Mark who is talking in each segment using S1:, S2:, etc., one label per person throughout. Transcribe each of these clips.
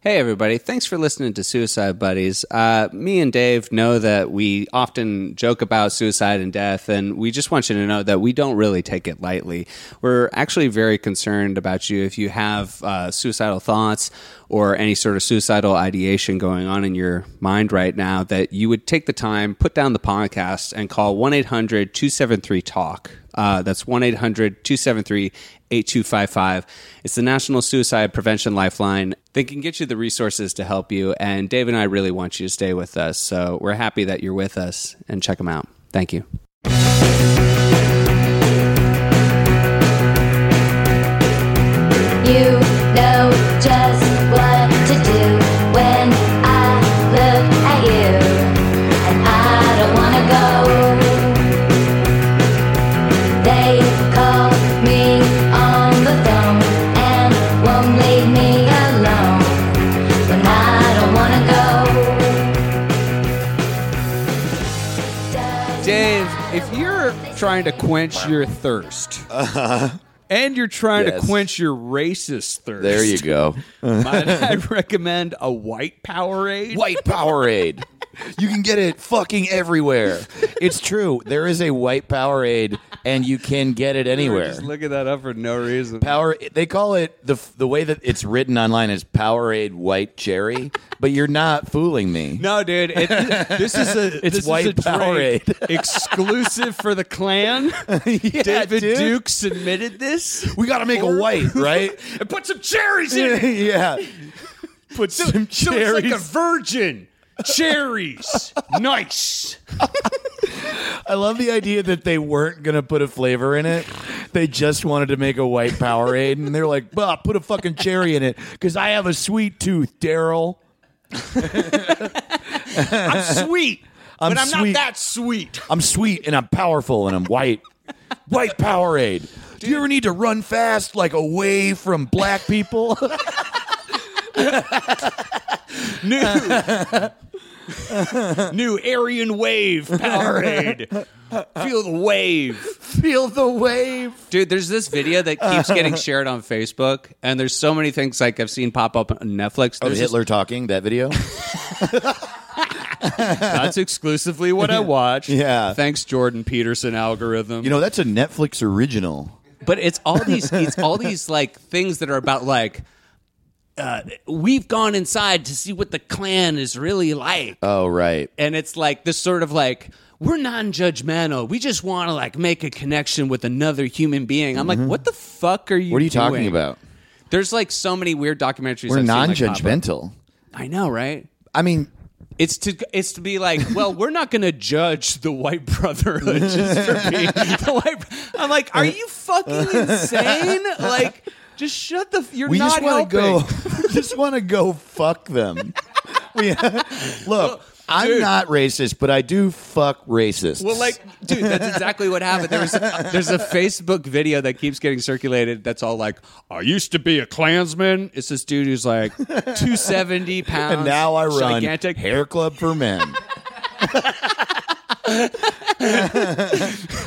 S1: Hey, everybody. Thanks for listening to Suicide Buddies. Uh, me and Dave know that we often joke about suicide and death, and we just want you to know that we don't really take it lightly. We're actually very concerned about you if you have uh, suicidal thoughts or any sort of suicidal ideation going on in your mind right now, that you would take the time, put down the podcast, and call 1 800 273 TALK. Uh, that's 1 800 273 8255. It's the National Suicide Prevention Lifeline. They can get you the resources to help you. And Dave and I really want you to stay with us. So we're happy that you're with us and check them out. Thank you.
S2: You know just what to do when I look at you, and I don't wanna go. They call me on the phone and won't leave me alone when I don't wanna go.
S1: Dave, if you're trying to quench your thirst, and you're trying
S3: Uh-huh. Yes.
S1: to quench your racist thirst,
S3: There you go.
S1: might I recommend a white Powerade?
S3: White Powerade. You can get it fucking everywhere. It's true. There is a white Powerade, and you can get it
S1: We were
S3: anywhere.
S1: Just looking that up for no reason.
S3: Power. They call it the the way that it's written online is Powerade White Cherry, but you're not fooling me.
S1: No, dude. It, this is a
S3: It's
S1: this
S3: white
S1: is a drink
S3: Powerade.
S1: exclusive for the clan. David
S3: dude.
S1: Duke submitted this.
S3: We got to make a white, right?
S1: and put some cherries in it.
S3: yeah. Put some
S1: So it's like
S3: cherries.
S1: a virgin cherries. nice.
S3: I love the idea that they weren't gonna put a flavor in it. They just wanted to make a white Powerade, and they're like, "Bah, put a fucking cherry in it because I have a sweet tooth, Daryl."
S1: I'm sweet,
S3: I'm
S1: but I'm
S3: sweet.
S1: not that sweet.
S3: I'm sweet and I'm powerful and I'm white. white Powerade. Do you ever need to run fast, like away from black people?
S1: New, new Aryan wave Powerade. Feel the wave.
S3: Feel the wave.
S1: Dude, there's this video that keeps getting shared on Facebook, and there's so many things like I've seen pop up on Netflix.
S3: Oh,
S1: There's
S3: Hitler talking that video.
S1: this- that's exclusively what I watch.
S3: Yeah.
S1: thanks Jordan Peterson algorithm.
S3: You know that's a Netflix original.
S1: but it's all these, it's all these like things that are about like, uh, we've gone inside to see what the Klan is really like,
S3: Oh right.
S1: and it's like this sort of like. We're non-judgmental. We just want to like make a connection with another human being. I'm like, what the fuck are you?
S3: Mm-hmm. What are you talking
S1: doing?
S3: about?
S1: There's like so many weird documentaries.
S3: We're
S1: I've seen, like, pop up.
S3: non-judgmental.
S1: I know, right?
S3: I mean,
S1: It's to it's to be like, well, we're not going to judge the white brotherhood just for being the white. bro- I'm like, are you fucking insane? Like, just shut the. f- You're
S3: we
S1: not
S3: just want to
S1: helping.
S3: go. we just want to go fuck them. we, look, I'm
S1: dude.
S3: not racist, but I do fuck racists.
S1: Well, like, dude, that's exactly what happened. There's there's a Facebook video that keeps getting circulated that's all like, I used to be a Klansman. It's this dude who's like 270 pounds,
S3: and now I run
S1: gigantic.
S3: hair club for men.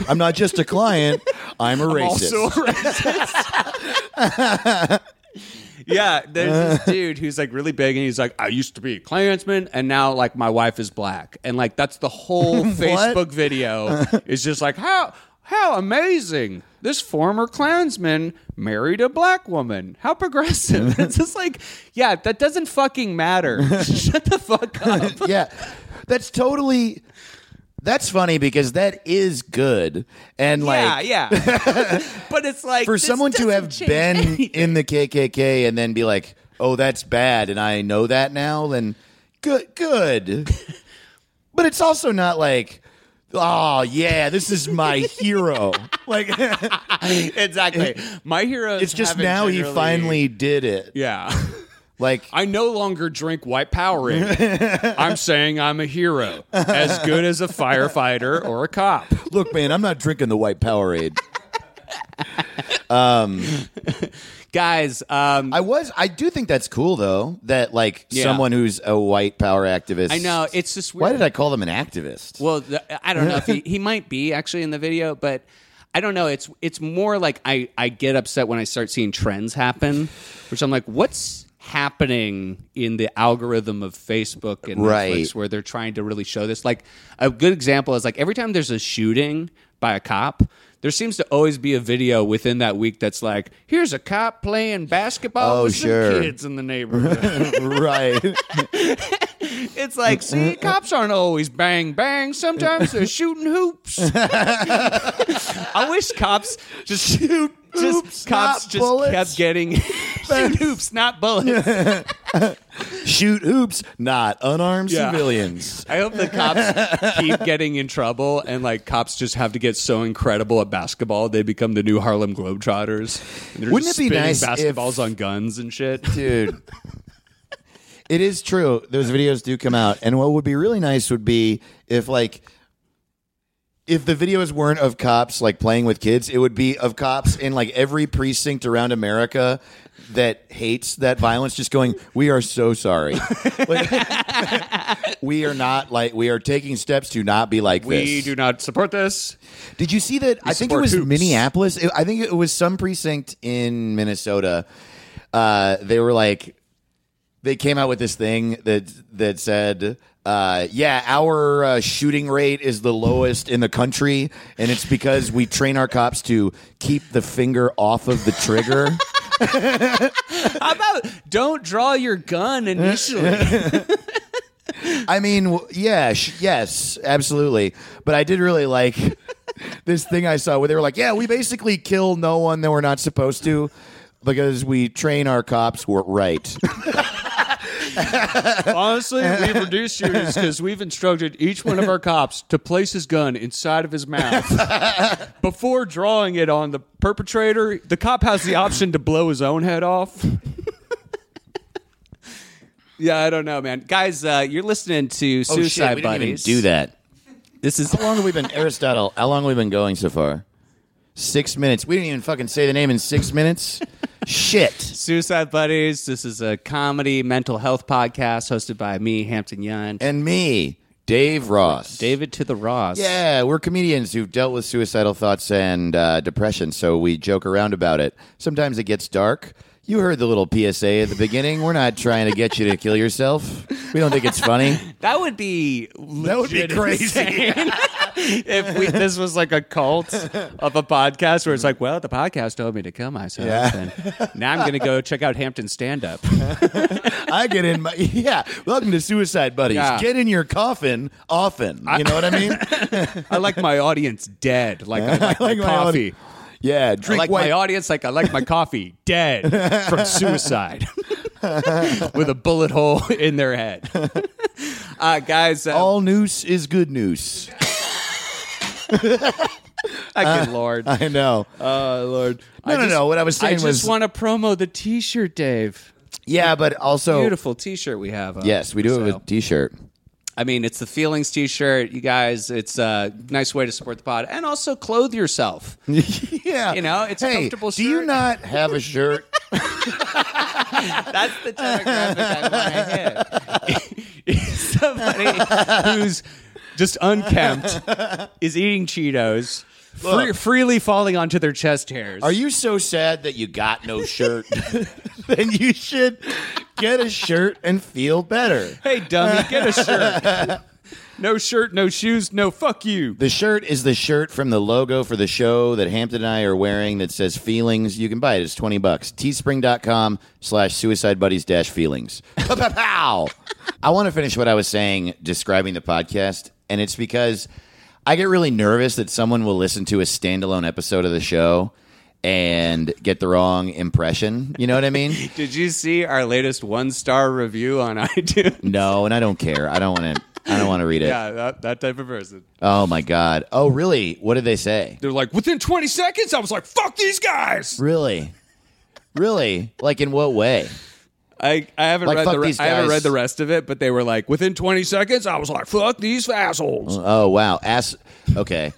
S3: I'm not just a client. I'm a racist.
S1: also a racist. yeah, there's this dude who's like really big, and he's like, I used to be a Klansman, and now like my wife is black, and like that's the whole Facebook video is just like how how amazing this former Klansman married a black woman. How progressive! it's just like, yeah, that doesn't fucking matter. Shut the fuck up.
S3: yeah, that's totally. That's funny because that is good and like.
S1: yeah, yeah. but it's like
S3: for
S1: this
S3: someone to
S1: doesn't
S3: have
S1: change
S3: been
S1: anything.
S3: in the KKK and then be like, "Oh, that's bad," and I know that now, then good, good. but it's also not like, "Oh yeah, this is my hero." like
S1: exactly. My hero.
S3: it's just now he finally did it.
S1: Yeah.
S3: Like
S4: I no longer drink white Powerade. I'm saying I'm a hero, as good as a firefighter or a cop.
S3: Look, man, I'm not drinking the white Powerade.
S1: Guys, um,
S3: I was. I do think that's cool, though. That like
S1: Yeah.
S3: someone who's a white power activist.
S1: I know it's just weird.
S3: Why did I call them an activist?
S1: Well, the, I don't know if he, he might be actually in the video, but I don't know. It's it's more like I I get upset when I start seeing trends happen, which I'm like, what's happening in the algorithm of Facebook and
S3: Right.
S1: Netflix where they're trying to really show this? Like a good example is like every time there's a shooting by a cop. There seems to always be a video within that week that's like, "Here's a cop playing basketball
S3: Oh,
S1: with
S3: sure.
S1: some kids in the neighborhood."
S3: right.
S1: It's like, see, cops aren't always bang bang. Sometimes they're shooting hoops. I wish cops just shoot just
S3: hoops,
S1: cops
S3: not
S1: just
S3: bullets.
S1: kept getting shoot hoops, not bullets.
S3: Shoot hoops, not unarmed
S1: Yeah.
S3: civilians.
S1: I hope the cops keep getting in trouble and like cops just have to get so incredible at basketball they become the new Harlem Globetrotters. And they're
S3: Wouldn't
S1: just
S3: it be
S1: spinning
S3: nice if-
S1: basketballs on guns and shit?
S3: dude. It is true. Those videos do come out, and what would be really nice would be if like if the videos weren't of cops like playing with kids, it would be of cops in like every precinct around America that hates that violence just going, "We are so sorry. Like, we are not like we are taking steps to not be like this."
S1: We do not support this.
S3: Did you see that? I think it
S1: support
S3: was
S1: hoops.
S3: Minneapolis. It- I think it was some precinct in Minnesota. Uh, they were like, they came out with this thing that that said, uh, "Yeah, our uh, shooting rate is the lowest in the country, and it's because we train our cops to keep the finger off of the trigger."
S1: How about don't draw your gun initially?
S3: I mean, w- yeah, sh- yes, absolutely. But I did really like this thing I saw where they were like, yeah, we basically kill no one that we're not supposed to because we train our cops were right.
S4: Honestly, we've reduced shootings because we've instructed each one of our cops to place his gun inside of his mouth before drawing it on the perpetrator. The cop has the option to blow his own head off.
S1: yeah, I don't know, man. Guys, uh, you're listening
S3: Oh,
S1: to Suicide Buddies.
S3: do that.
S1: This is
S3: How long have we been Aristotle? How long have we been going so far? Six minutes. We didn't even fucking say the name in six minutes. Shit.
S1: Suicide Buddies. This is a comedy mental health podcast hosted by me, Hampton Young, and
S3: And me, Dave Ross.
S1: David to the Ross.
S3: Yeah, we're comedians who've dealt with suicidal thoughts and uh, depression, so we joke around about it. Sometimes it gets dark. You heard the little PSA at the beginning. We're not trying to get you to kill yourself. We don't think it's funny.
S1: That would be that
S3: would be crazy.
S1: if we, this was like a cult of a podcast where it's like, well, the podcast told me to kill myself,
S3: Yeah.
S1: and now I'm going to go check out Hampton stand up.
S3: I get in my yeah. Welcome to Suicide Buddies.
S1: Yeah.
S3: Get in your coffin often. You know what I mean?
S1: I like my audience dead, like I like,
S3: like
S1: my
S3: my
S1: coffee.
S3: Yeah,
S1: I
S3: drink
S1: like
S3: white.
S1: my audience like I like my coffee dead from suicide with a bullet hole in their head. Uh, guys, uh,
S3: All noose is good news.
S1: I good lord.
S3: I know.
S1: Oh lord.
S3: No, no, no. What Uh, I was
S1: I
S3: saying
S1: just
S3: was
S1: want to promo the T-shirt, Dave.
S3: yeah, but also
S1: Beautiful T-shirt we have. up
S3: yes, we do
S1: for
S3: have a
S1: sale.
S3: T-shirt.
S1: I mean, it's the feelings T-shirt, you guys. It's a nice way to support the pod, and also clothe yourself.
S3: Yeah,
S1: You know, it's a
S3: hey,
S1: comfortable
S3: Do you
S1: shirt.
S3: not have a shirt?
S1: That's the demographic I want to hit. Somebody who's just unkempt is eating Cheetos, free, freely falling onto their chest hairs.
S3: Are you so sad that you got no shirt? then you should get a shirt and feel better.
S1: Hey, dummy, get a shirt. no shirt, no shoes, no fuck you.
S3: The shirt is the shirt from the logo for the show that Hampton and I are wearing that says feelings. You can buy it. It's 20 bucks. Teespring.com slash suicide buddies dash feelings. Pow, pow, pow. I want to finish what I was saying describing the podcast, and it's because I get really nervous that someone will listen to a standalone episode of the show and get the wrong impression. You know what I mean?
S1: Did you see our latest one-star review on iTunes?
S3: No, and I don't care. I don't want to. I don't want to read it.
S1: Yeah, that, that type of person.
S3: Oh my god. Oh really? What did they say?
S4: They're like, within 20 seconds, I was like, fuck these guys.
S3: Really? Really? Like in what way?
S1: I, I haven't
S3: Like,
S1: read
S3: fuck
S1: the re-
S3: these
S1: I haven't
S3: guys.
S1: read the rest of it, but they were like within 20 seconds. I was like, "Fuck these assholes."
S3: Oh wow, ass. Okay.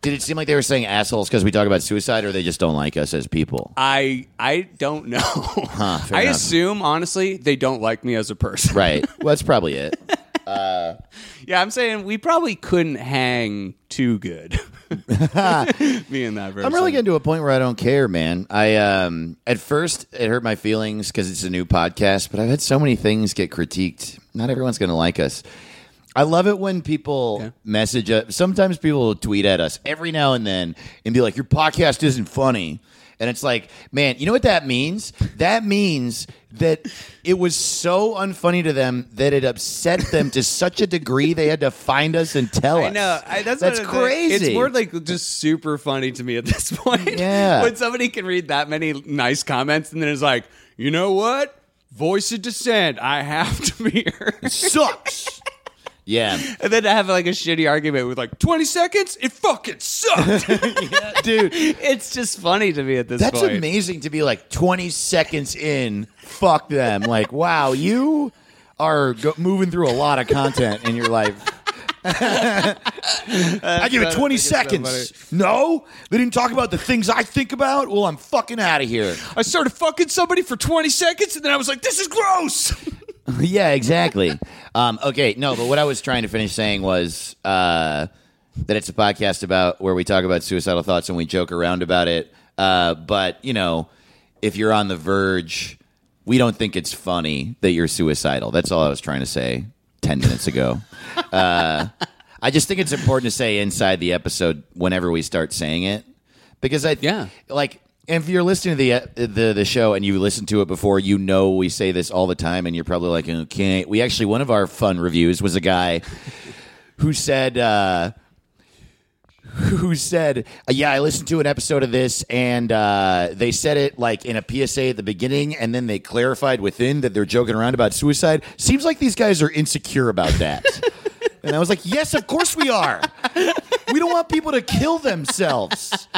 S3: Did it seem like they were saying assholes because we talk about suicide, or they just don't like us as people?
S1: I I don't know.
S3: fair
S1: I
S3: enough.
S1: assume honestly they don't like me as a person.
S3: Right. Well, that's probably it.
S1: Yeah, I'm saying we probably couldn't hang too good. me and that person.
S3: I'm really getting to a point where I don't care, man. I um at first it hurt my feelings because it's a new podcast, but I've had so many things get critiqued. Not everyone's going to like us. I love it when people message us. Sometimes people will tweet at us every now and then and be like, "Your podcast isn't funny," and it's like, man, you know what that means? That means that it was so unfunny to them that it upset them to such a degree they had to find us and tell us.
S1: I know. I, that's
S3: that's
S1: what I'm saying.
S3: crazy.
S1: It's more like just super funny to me at this point.
S3: Yeah.
S1: when somebody can read that many nice comments and then it's like, you know what? Voice of dissent. I have to be here.
S3: sucks. yeah.
S1: and then I have like a shitty argument with like 20 seconds. It fucking sucked.
S3: dude.
S1: it's just funny to me at this
S3: That's
S1: point.
S3: amazing to be like 20 seconds in. Fuck them. Like, wow, you are go- moving through a lot of content in your life. I give it 20 seconds. No, they didn't talk about the things I think about. Well, I'm fucking out of here.
S1: I started fucking somebody for 20 seconds and then I was like, this is gross.
S3: yeah, exactly. Um, okay, no, but what I was trying to finish saying was uh, that it's a podcast about where we talk about suicidal thoughts and we joke around about it. Uh, but you know, if you're on the verge, we don't think it's funny that you're suicidal. That's all I was trying to say ten minutes ago. uh, I just think it's important to say inside the episode whenever we start saying it because I
S1: Yeah.
S3: like if you're listening to the, uh, the the show and you listened to it before, you know we say this all the time, and you're probably like, okay. We actually one of our fun reviews was a guy who said. Uh, who said, uh, "Yeah, I listened to an episode of this, and uh, they said it like in a PSA at the beginning, and then they clarified within that they're joking around about suicide. Seems like these guys are insecure about that." and I was like, "Yes, of course we are. we don't want people to kill themselves."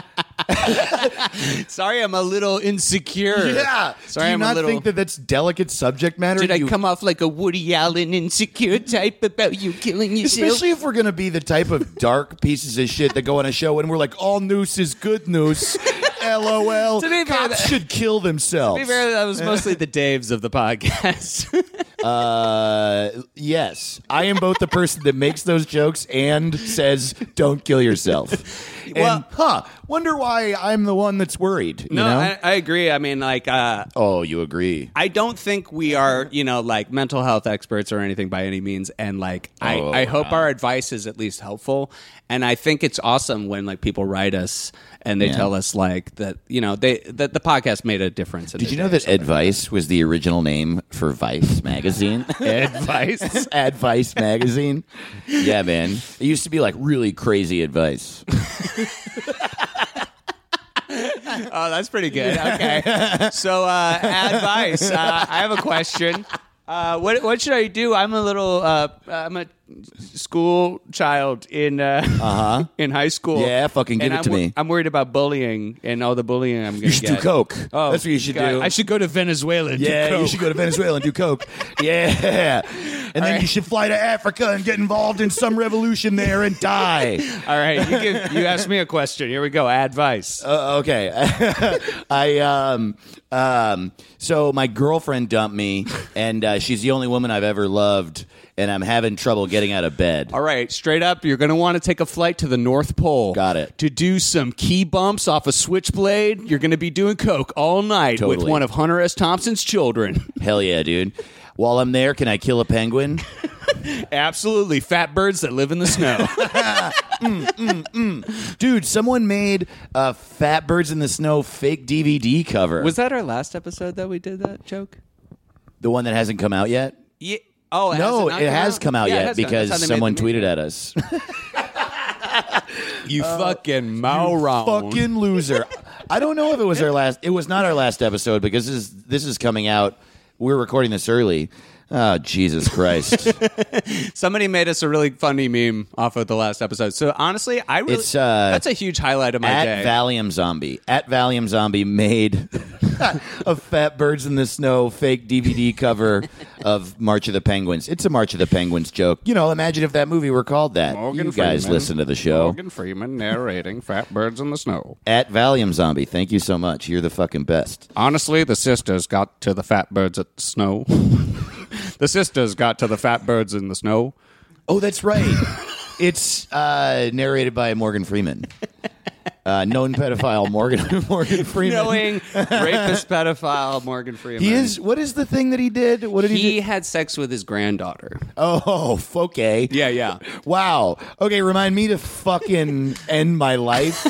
S1: Sorry, I'm a little insecure.
S3: Yeah.
S1: Sorry,
S3: Do you
S1: I'm
S3: not
S1: a little.
S3: think that that's delicate subject matter?
S1: did I
S3: You-
S1: come off like a Woody Allen insecure type about you killing yourself?
S3: Especially if we're going to be the type of dark pieces of shit that go on a show and we're like, all news is good news. LOL.
S1: To be fair,
S3: Cops
S1: that-
S3: should kill themselves.
S1: To be fair, that was mostly the Daves of the podcast.
S3: Uh, yes. I am both the person that makes those jokes and says, don't kill yourself. And,
S1: Well-
S3: huh, wonder why I'm the one that's worried. You
S1: no,
S3: know?
S1: I, I agree. I mean, like, uh,
S3: oh, you agree.
S1: I don't think we are, you know, like mental health experts or anything by any means. And like, I,
S3: Oh,
S1: I hope
S3: wow.
S1: our advice is at least helpful. And I think it's awesome when like people write us and they
S3: Yeah.
S1: tell us like that, you know, they that the podcast made a difference. In
S3: Did
S1: their
S3: you know
S1: day or
S3: that Advice was the original name for Vice magazine? advice, Advice magazine. Yeah, man. It used to be like really crazy advice.
S1: Oh, that's pretty good. Okay. so, uh, advice. Uh, I have a question. Uh, what what should I do? I'm a little uh, I'm a school child in uh, uh in high school.
S3: Uh-huh. Yeah, fucking give
S1: And
S3: it
S1: I'm
S3: to
S1: wor-
S3: me.
S1: I'm worried about bullying and all the bullying I'm gonna
S3: You should
S1: get.
S3: do coke. that's what you should
S1: Oh, God,
S3: do.
S1: I should go to Venezuela. And
S3: yeah,
S1: do coke.
S3: you should go to Venezuela and do coke. Yeah, and then
S1: right.
S3: you should fly to Africa and get involved in some revolution there and die.
S1: All right, you give, you ask me a question. Here we go. Advice.
S3: Uh, okay. I um um so my girlfriend dumped me and uh, she's the only woman I've ever loved and I'm having trouble getting out of bed.
S1: All right, straight up, you're going to want to take a flight to the North Pole.
S3: Got it.
S1: To do some key bumps off a switchblade, you're going to be doing coke all night with
S3: Totally.
S1: one of Hunter S. Thompson's children.
S3: Hell yeah, dude. While I'm there, can I kill a penguin?
S1: Absolutely, fat birds that live in the snow.
S3: Dude, someone made a Fat Birds in the Snow fake DVD cover.
S1: that our last episode that we did that joke?
S3: the one that hasn't come out yet?
S1: Yeah. Oh, it
S3: no,
S1: hasn't
S3: it has
S1: out?
S3: come out
S1: Yeah, it
S3: yet
S1: has come out. That's how
S3: because
S1: they made
S3: someone
S1: the movie.
S3: tweeted at us.
S1: You fucking moron.
S3: Uh, fucking loser. I don't know if it was our last. It was not our last episode because this is this is coming out. We're recording this early. Oh Jesus Christ!
S1: Somebody made us a really funny meme off of the last episode. So honestly, I really,
S3: It's, uh,
S1: that's a huge highlight of my
S3: at
S1: day.
S3: Valium Zombie, at Valium Zombie made of Fat Birds in the Snow fake DVD cover of March of the Penguins. It's a March of the Penguins joke. You know, imagine if that movie were called that. you guys listen to the show.
S1: Morgan Freeman narrating Fat Birds in the Snow.
S3: At Valium Zombie, thank you so much. You're the fucking best.
S1: Honestly, the sisters got to the Fat Birds at the Snow. the sisters got to the Fat Birds in the Snow.
S3: Oh, that's right. it's uh, narrated by Morgan Freeman. Uh, known pedophile Morgan Morgan Freeman.
S1: Knowing rapist pedophile Morgan Freeman.
S3: He is. What is the thing that he did? What did he?
S1: He
S3: do?
S1: had sex with his granddaughter.
S3: Oh, okay.
S1: Yeah, yeah.
S3: Wow. Okay. Remind me to fucking end my life.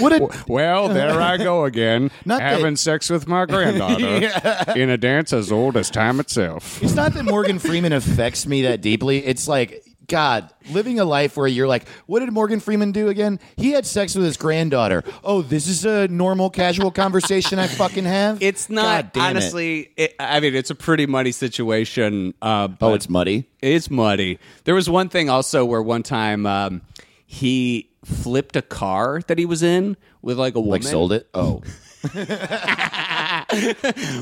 S3: What a
S1: Well, there I go again,
S3: Not that-
S1: having sex with my granddaughter in a dance as old as time itself.
S3: It's not that Morgan Freeman affects me that deeply. It's like, God, living a life where you're like, what did Morgan Freeman do again? He had sex with his granddaughter. Oh, this is a normal, casual conversation I fucking have.
S1: It's
S3: God
S1: not
S3: damn it.
S1: honestly. It, I mean, it's a pretty muddy situation. Uh, but
S3: Oh, it's muddy.
S1: It's muddy. There was one thing also where one time um, he flipped a car that he was in with like a woman.
S3: Like sold it. Oh,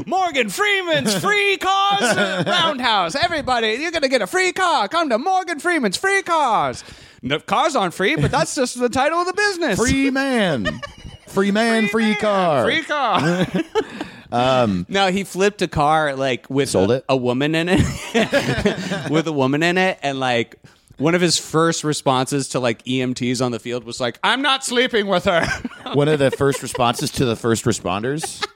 S1: Morgan Freeman's free cars at roundhouse. Everybody, you're gonna get a free car. Come to Morgan Freeman's free cars. No, cars aren't free, but that's just the title of the business.
S3: free man, free man, free,
S1: man.
S3: car.
S1: Free car. no, he flipped a car like with
S3: Sold
S1: a,
S3: it?
S1: a woman in it, with a woman in it, and like one of his first responses to like EMTs on the field was like, "I'm not sleeping with her."
S3: One of the first responses to the first responders.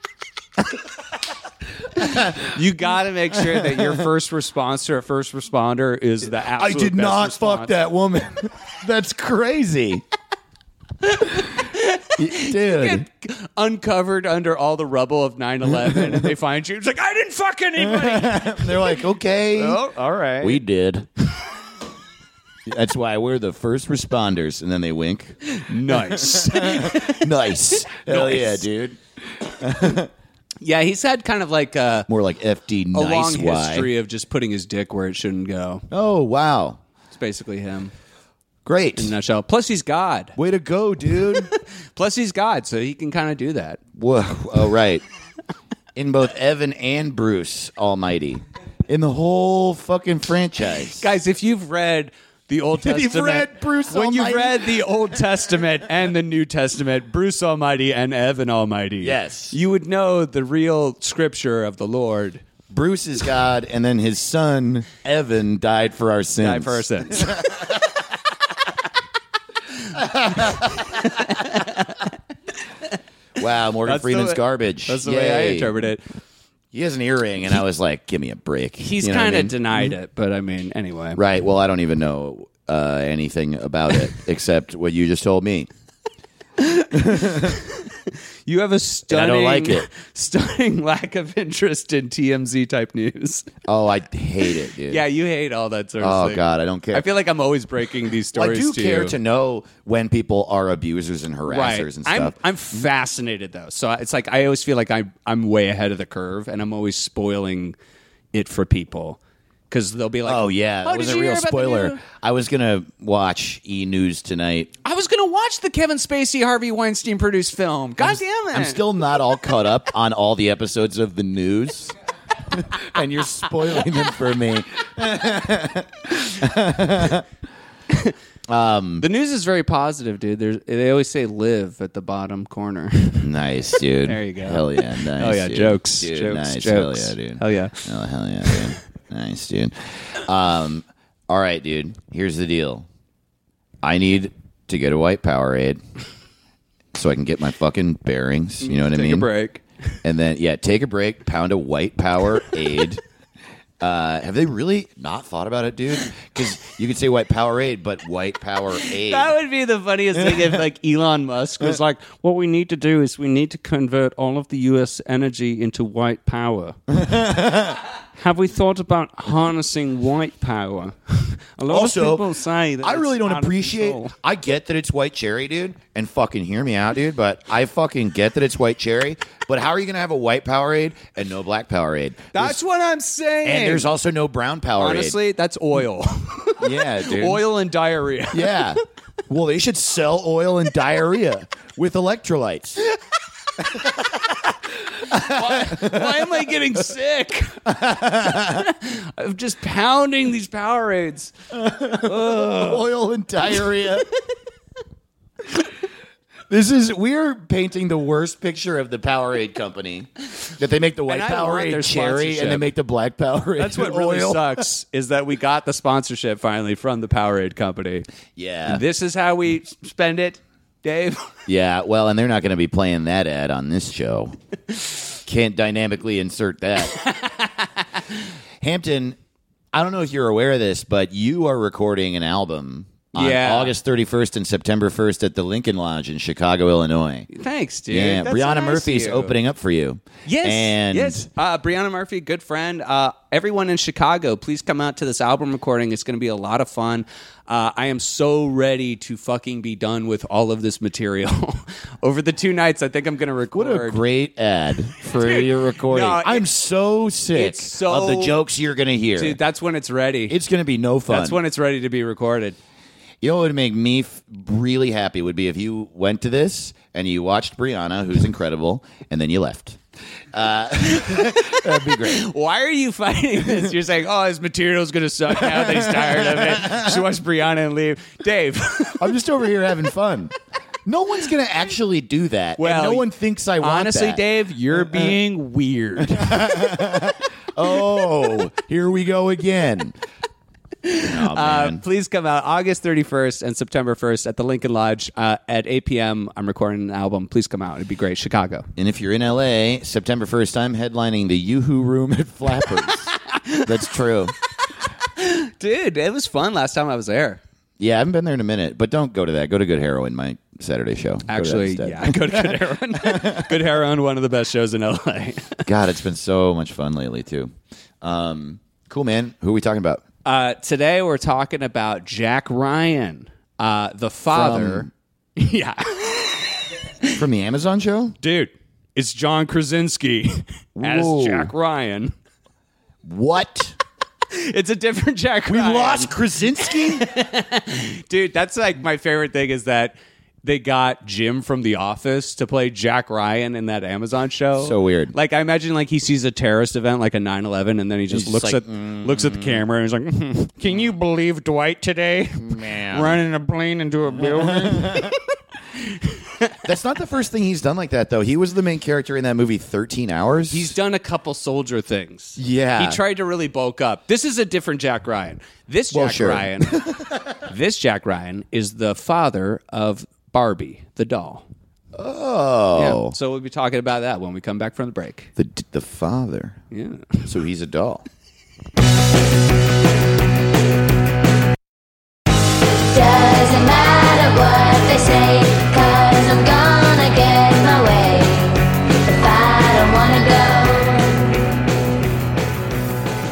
S1: you got to make sure that your first response to a first responder is the absolute best response.
S3: that woman. That's crazy. Dude,
S1: Uncovered under all the rubble of 9/11, and they find you. It's like I didn't fuck anybody.
S3: they're like, okay.
S1: all right.
S3: We did. That's why we're the first responders. And then they wink.
S1: nice.
S3: Nice. Hell yeah, dude.
S1: yeah, he's had kind of like a,
S3: More like FD
S1: a
S3: nice
S1: long
S3: why.
S1: history of just putting his dick where it shouldn't go.
S3: Oh, wow.
S1: It's basically him
S3: Great.
S1: in a nutshell. Plus, he's God.
S3: Way to go, dude.
S1: Plus, he's God, so he can kind of do that.
S3: Whoa. Oh, right. In both Evan and Bruce Almighty. In the whole fucking franchise.
S1: Guys, if you've read the Old
S3: If
S1: Testament,
S3: you've read Bruce
S1: when
S3: Almighty.
S1: you read the Old Testament and the New Testament, Bruce Almighty and Evan Almighty,
S3: Yes.
S1: you would know the real scripture of the Lord.
S3: Bruce is God, and then his son, Evan, died for our sins.
S1: Died for our sins.
S3: Wow, Morgan
S1: That's the
S3: Freeman's
S1: way-
S3: garbage.
S1: That's the
S3: Yay.
S1: way I interpret it.
S3: He has an earring, and I was like, give me a break.
S1: He's
S3: You know what
S1: kind
S3: I
S1: of
S3: mean?
S1: denied it, but I mean, anyway.
S3: Right. Well, I don't even know uh, anything about it except what you just told me.
S1: You have a
S3: I
S1: stunning,
S3: don't like it.
S1: stunning lack of interest in TMZ type news.
S3: Oh, I hate it, dude.
S1: Yeah, you hate all that sort of
S3: Oh
S1: thing.
S3: God, I don't care.
S1: I feel like I'm always breaking these
S3: Well,
S1: stories.
S3: I do
S1: to
S3: care
S1: you.
S3: to know when people are abusers and harassers
S1: right.
S3: and stuff.
S1: I'm I'm fascinated though, so I- it's like I always feel like I I'm way ahead of the curve, and I'm always spoiling it for people because they'll be like,
S3: oh yeah, that
S1: did
S3: was a
S1: you hear
S3: real
S1: about the
S3: spoiler.
S1: new-"
S3: I was gonna watch E News tonight.
S1: I was gonna watch the Kevin Spacey Harvey Weinstein produced film. God damn it!
S3: I'm still not all caught up on all the episodes of the news. and you're spoiling them for me.
S1: the news is very positive, dude. There's, they always say "live" at the bottom corner.
S3: Nice, dude.
S1: There you go.
S3: Hell yeah, nice.
S1: Oh, yeah,
S3: dude.
S1: jokes,
S3: Dude,
S1: jokes,
S3: nice.
S1: jokes.
S3: Hell yeah, dude.
S1: Hell yeah.
S3: Oh hell yeah, dude. nice, dude. Um, all right, dude. Here's the deal. I need to get a white Powerade so I can get my fucking bearings. You know what I mean?
S1: Take a break.
S3: And then yeah, take a break. Pound a white Powerade. Uh, have they really not thought about it, dude? Because you could say white Powerade, but white Powerade.
S1: That would be the funniest thing if like Elon Musk was like, "What we need to do is we need to convert all of the U.S. energy into white power." Have we thought about harnessing white power? A lot of
S3: also,
S1: people say that
S3: I
S1: it's
S3: really don't
S1: out of
S3: appreciate.
S1: control.
S3: I get that it's white cherry, dude, and fucking hear me out, dude. But I fucking get that it's white cherry. But how are you gonna have a white Powerade and no black Powerade?
S1: That's what I'm saying.
S3: and there's also no brown Powerade.
S1: honestly, that's oil,
S3: yeah, dude.
S1: oil and diarrhea.
S3: Yeah. Well, they should sell oil and diarrhea with electrolytes.
S1: why, why am I getting sick? I'm just pounding these Powerades.
S3: oil and diarrhea. this is we're painting the worst picture of the Powerade company. That they make the white
S1: And I want their
S3: Powerade cherry
S1: sponsorship.
S3: and they make the black Powerade.
S1: That's what really
S3: oil.
S1: sucks is that we got the sponsorship finally from the Powerade company.
S3: Yeah.
S1: This is how we s- spend it, Dave.
S3: Yeah, well, and they're not going to be playing that ad on this show. Can't dynamically insert that. Hampton, I don't know if you're aware of this, but you are recording an album on
S1: Yeah.
S3: August 31st and September 1st at the Lincoln Lodge in Chicago, Illinois.
S1: Thanks, dude.
S3: Yeah,
S1: That's so
S3: Brianna
S1: nice
S3: Murphy's
S1: of you.
S3: opening up for you.
S1: Yes,
S3: and
S1: yes. Uh, Brianna Murphy, good friend. Uh, everyone in Chicago, please come out to this album recording. It's going to be a lot of fun. Uh, I am so ready to fucking be done with all of this material. Over the two nights, I think I'm going to
S3: What
S1: record.
S3: a great ad for your recording.
S1: no,
S3: I'm
S1: it's-
S3: so sick
S1: it's so-
S3: of the jokes you're going to hear.
S1: Dude, that's when it's ready.
S3: it's going to be no fun.
S1: that's when it's ready to be recorded.
S3: You know what would make me f- really happy would be if you went to this and you watched Brianna, who's incredible, and then you left. Uh, that'd be great.
S1: Why are you fighting this? You're saying, oh, his material's going to suck now that he's tired of it. She watch Brianna and leave. Dave,
S3: I'm just over here having fun. No one's gonna actually do that.
S1: Well,
S3: Well, no one thinks I want
S1: honestly,
S3: that.
S1: Dave, you're being weird.
S3: Oh, here we go again. Oh, man.
S1: Please come out August 31st and September 1st at the Lincoln Lodge uh, at 8 p.m. I'm recording an album. Please come out. It'd be great. Chicago.
S3: and if you're in LA, September 1st, I'm headlining the YooHoo Room at Flappers. That's true.
S1: Dude, it was fun last time I was there.
S3: Yeah, I haven't been there in a minute, but don't go to that. Go to Good Heroin, my Saturday show. Go to that
S1: Actually,
S3: instead.
S1: yeah, I go to Good Heron. Good Heron, one of the best shows in LA.
S3: God, it's been so much fun lately too. Um, cool, man. Who are we talking about?
S1: Uh, today we're talking about Jack Ryan, uh, the father. Yeah.
S3: From the Amazon show?
S1: Dude, it's John Krasinski as
S3: Whoa.
S1: Jack Ryan.
S3: What?
S1: It's a different Jack
S3: We
S1: Ryan.
S3: lost Krasinski?
S1: Dude, that's like my favorite thing is that they got Jim from The Office to play Jack Ryan in that Amazon show.
S3: So weird.
S1: Like I imagine like he sees a terrorist event like a 9/11 and then he just
S3: He's
S1: looks
S3: just like, mm.
S1: at looks at the camera and he's like, "Can you believe Dwight today running a plane into a building?"
S3: That's not the first thing he's done like that though. He was the main character in that movie 13 Hours.
S1: he's done a couple soldier things.
S3: Yeah.
S1: He tried to really bulk up. This is a different Jack Ryan. This Jack
S3: Well, sure.
S1: Ryan This Jack Ryan is the father of Barbie, the doll.
S3: Oh.
S1: So we'll be talking about that when we come back from the break.
S3: The the father.
S1: Yeah.
S3: So he's a doll.
S2: Doesn't matter what they say, cause I'm gonna get my way. If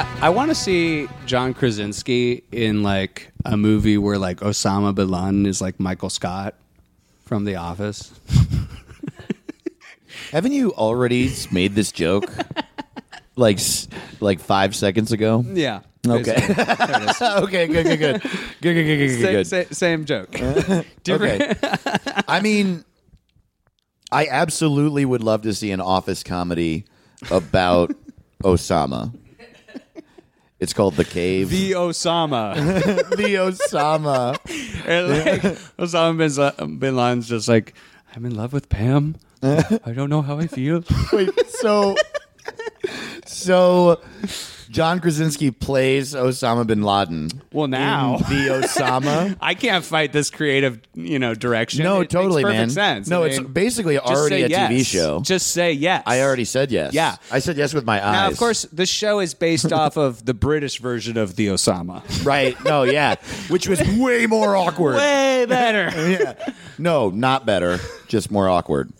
S2: I don't wanna go,
S1: I want to see John Krasinski in like a movie where like Osama bin Laden is like Michael Scott from The Office.
S3: Haven't you already s- made this joke? like s- like 5 seconds ago?
S1: Yeah.
S3: Okay. okay, good, good, good. Good, good, good, good, good,
S1: Same,
S3: good.
S1: same, same joke. Different.
S3: Okay. I mean, I absolutely would love to see an office comedy about Osama. It's called The Cave.
S1: The Osama.
S3: The Osama.
S1: And, like, Osama bin, Sa- bin Laden's just like, I'm in love with Pam. I don't know how I feel.
S3: Wait, so so John Krasinski plays Osama bin Laden.
S1: Well, now.
S3: in The Osama.
S1: I can't fight this creative, you know, direction. It
S3: No,
S1: makes
S3: totally,
S1: perfect
S3: man.
S1: Sense.
S3: No,
S1: I
S3: it's
S1: mean,
S3: basically
S1: just say
S3: already a TV
S1: yes.
S3: show.
S1: Just say yes.
S3: I already said yes.
S1: Yeah.
S3: I said yes with my eyes.
S1: Now, of course, the show is based off of the British version of the Osama.
S3: Right. No, yeah. Which was way more awkward.
S1: Way better.
S3: No, not better, just more awkward.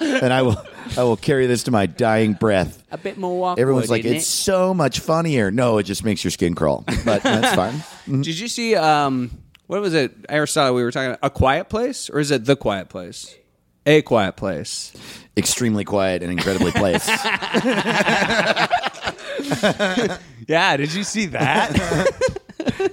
S3: and I will I will carry this to my dying breath.
S1: A bit more awkward.
S3: Everyone's like,
S1: isn't
S3: it's
S1: it?
S3: so much funnier. No, it just makes your skin crawl. But that's fine.
S1: Did you see? Um, what was it? Aristotle. We were talking about a quiet place, or is it the quiet place? A quiet place.
S3: Extremely quiet and incredibly placed.
S1: Yeah. Did you see that?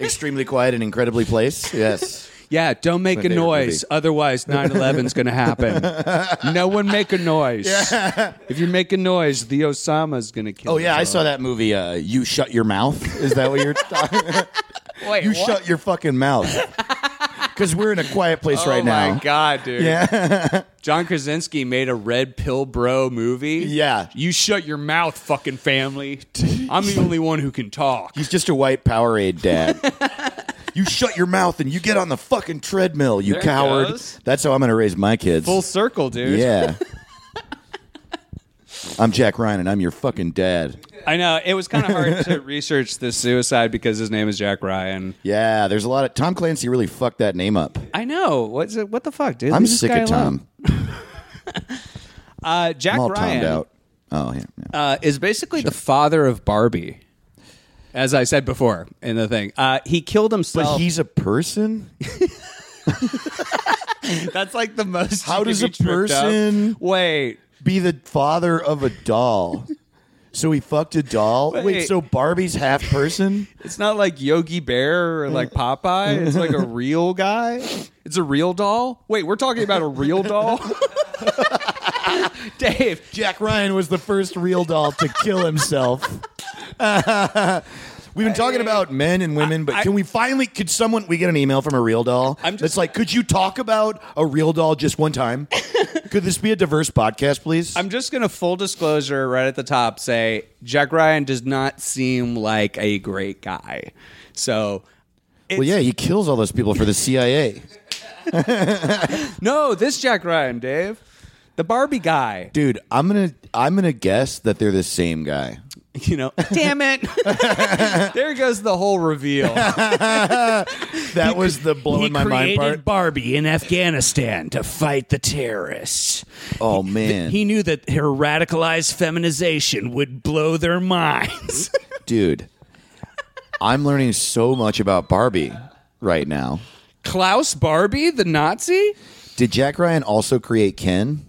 S3: Extremely quiet and incredibly placed. Yes.
S1: Yeah, don't make
S3: my
S1: a
S3: favorite
S1: noise.
S3: movie.
S1: Otherwise, 9 11 is going to happen. no one make a noise. If you make a noise, the Osama's going to kill
S3: Oh yeah, I
S1: us
S3: saw that movie. Uh, you shut your mouth. Is that what you're talking?
S1: all. Wait,
S3: you shut your fucking mouth. Because we're in a quiet place right
S1: Oh
S3: now.
S1: my God, dude.
S3: Yeah.
S1: John Krasinski made a Red Pill Bro movie.
S3: Yeah.
S1: You shut your mouth, fucking family. I'm the only one who can talk.
S3: He's just a white Powerade dad. you shut your mouth and you get on the fucking treadmill, you
S1: There it
S3: coward.
S1: goes.
S3: That's how I'm going to raise my kids.
S1: Full circle, dude.
S3: yeah. I'm Jack Ryan and I'm your fucking dad.
S1: I know. It was kind of hard to research this suicide because his name is Jack Ryan.
S3: Yeah, there's a lot of Tom Clancy really fucked that name up.
S1: I know. What's it, what the fuck, dude?
S3: I'm
S1: Leave this
S3: sick
S1: guy
S3: of
S1: alone.
S3: Tom.
S1: Uh, Jack
S3: I'm all
S1: Ryan
S3: timed out. Oh yeah. yeah.
S1: Uh, is basically the father of Barbie, as I said before in the thing. Uh, he killed
S3: but
S1: himself.
S3: he's a person.
S1: That's like the most.
S3: How
S1: you
S3: does
S1: could
S3: a
S1: be tripped up.
S3: person-
S1: wait?
S3: Be the father of a doll. so he fucked a doll. Wait,
S1: Wait.
S3: so Barbie's half person?
S1: It's not like Yogi Bear or like Popeye. It's like a real guy. It's a real doll. Wait, we're talking about a real doll. Dave,
S3: Jack Ryan was the first real doll to kill himself. We've been talking about men and women, but
S1: I-
S3: can we finally? Could someone? We get an email from a real doll.
S1: I'm just-
S3: that's like, could you talk about a real doll just one time? could this be a diverse podcast, please?
S1: I'm just gonna full disclosure right at the top say Jack Ryan does not seem like a great guy. So
S3: well, yeah, he kills all those people for the CIA,
S1: no, this Jack Ryan, Dave, the Barbie guy.
S3: dude. I'm gonna, I'm gonna guess that they're the same guy.
S1: you know, damn it. there goes the whole reveal.
S3: That was the blowing my mind part.
S1: Barbie in Afghanistan to fight the terrorists.
S3: Oh man,
S1: knew that her radicalized feminization would blow their minds.
S3: dude, I'm learning so much about Barbie right now.
S1: Klaus Barbie, the Nazi?
S3: Did Jack Ryan also create Ken?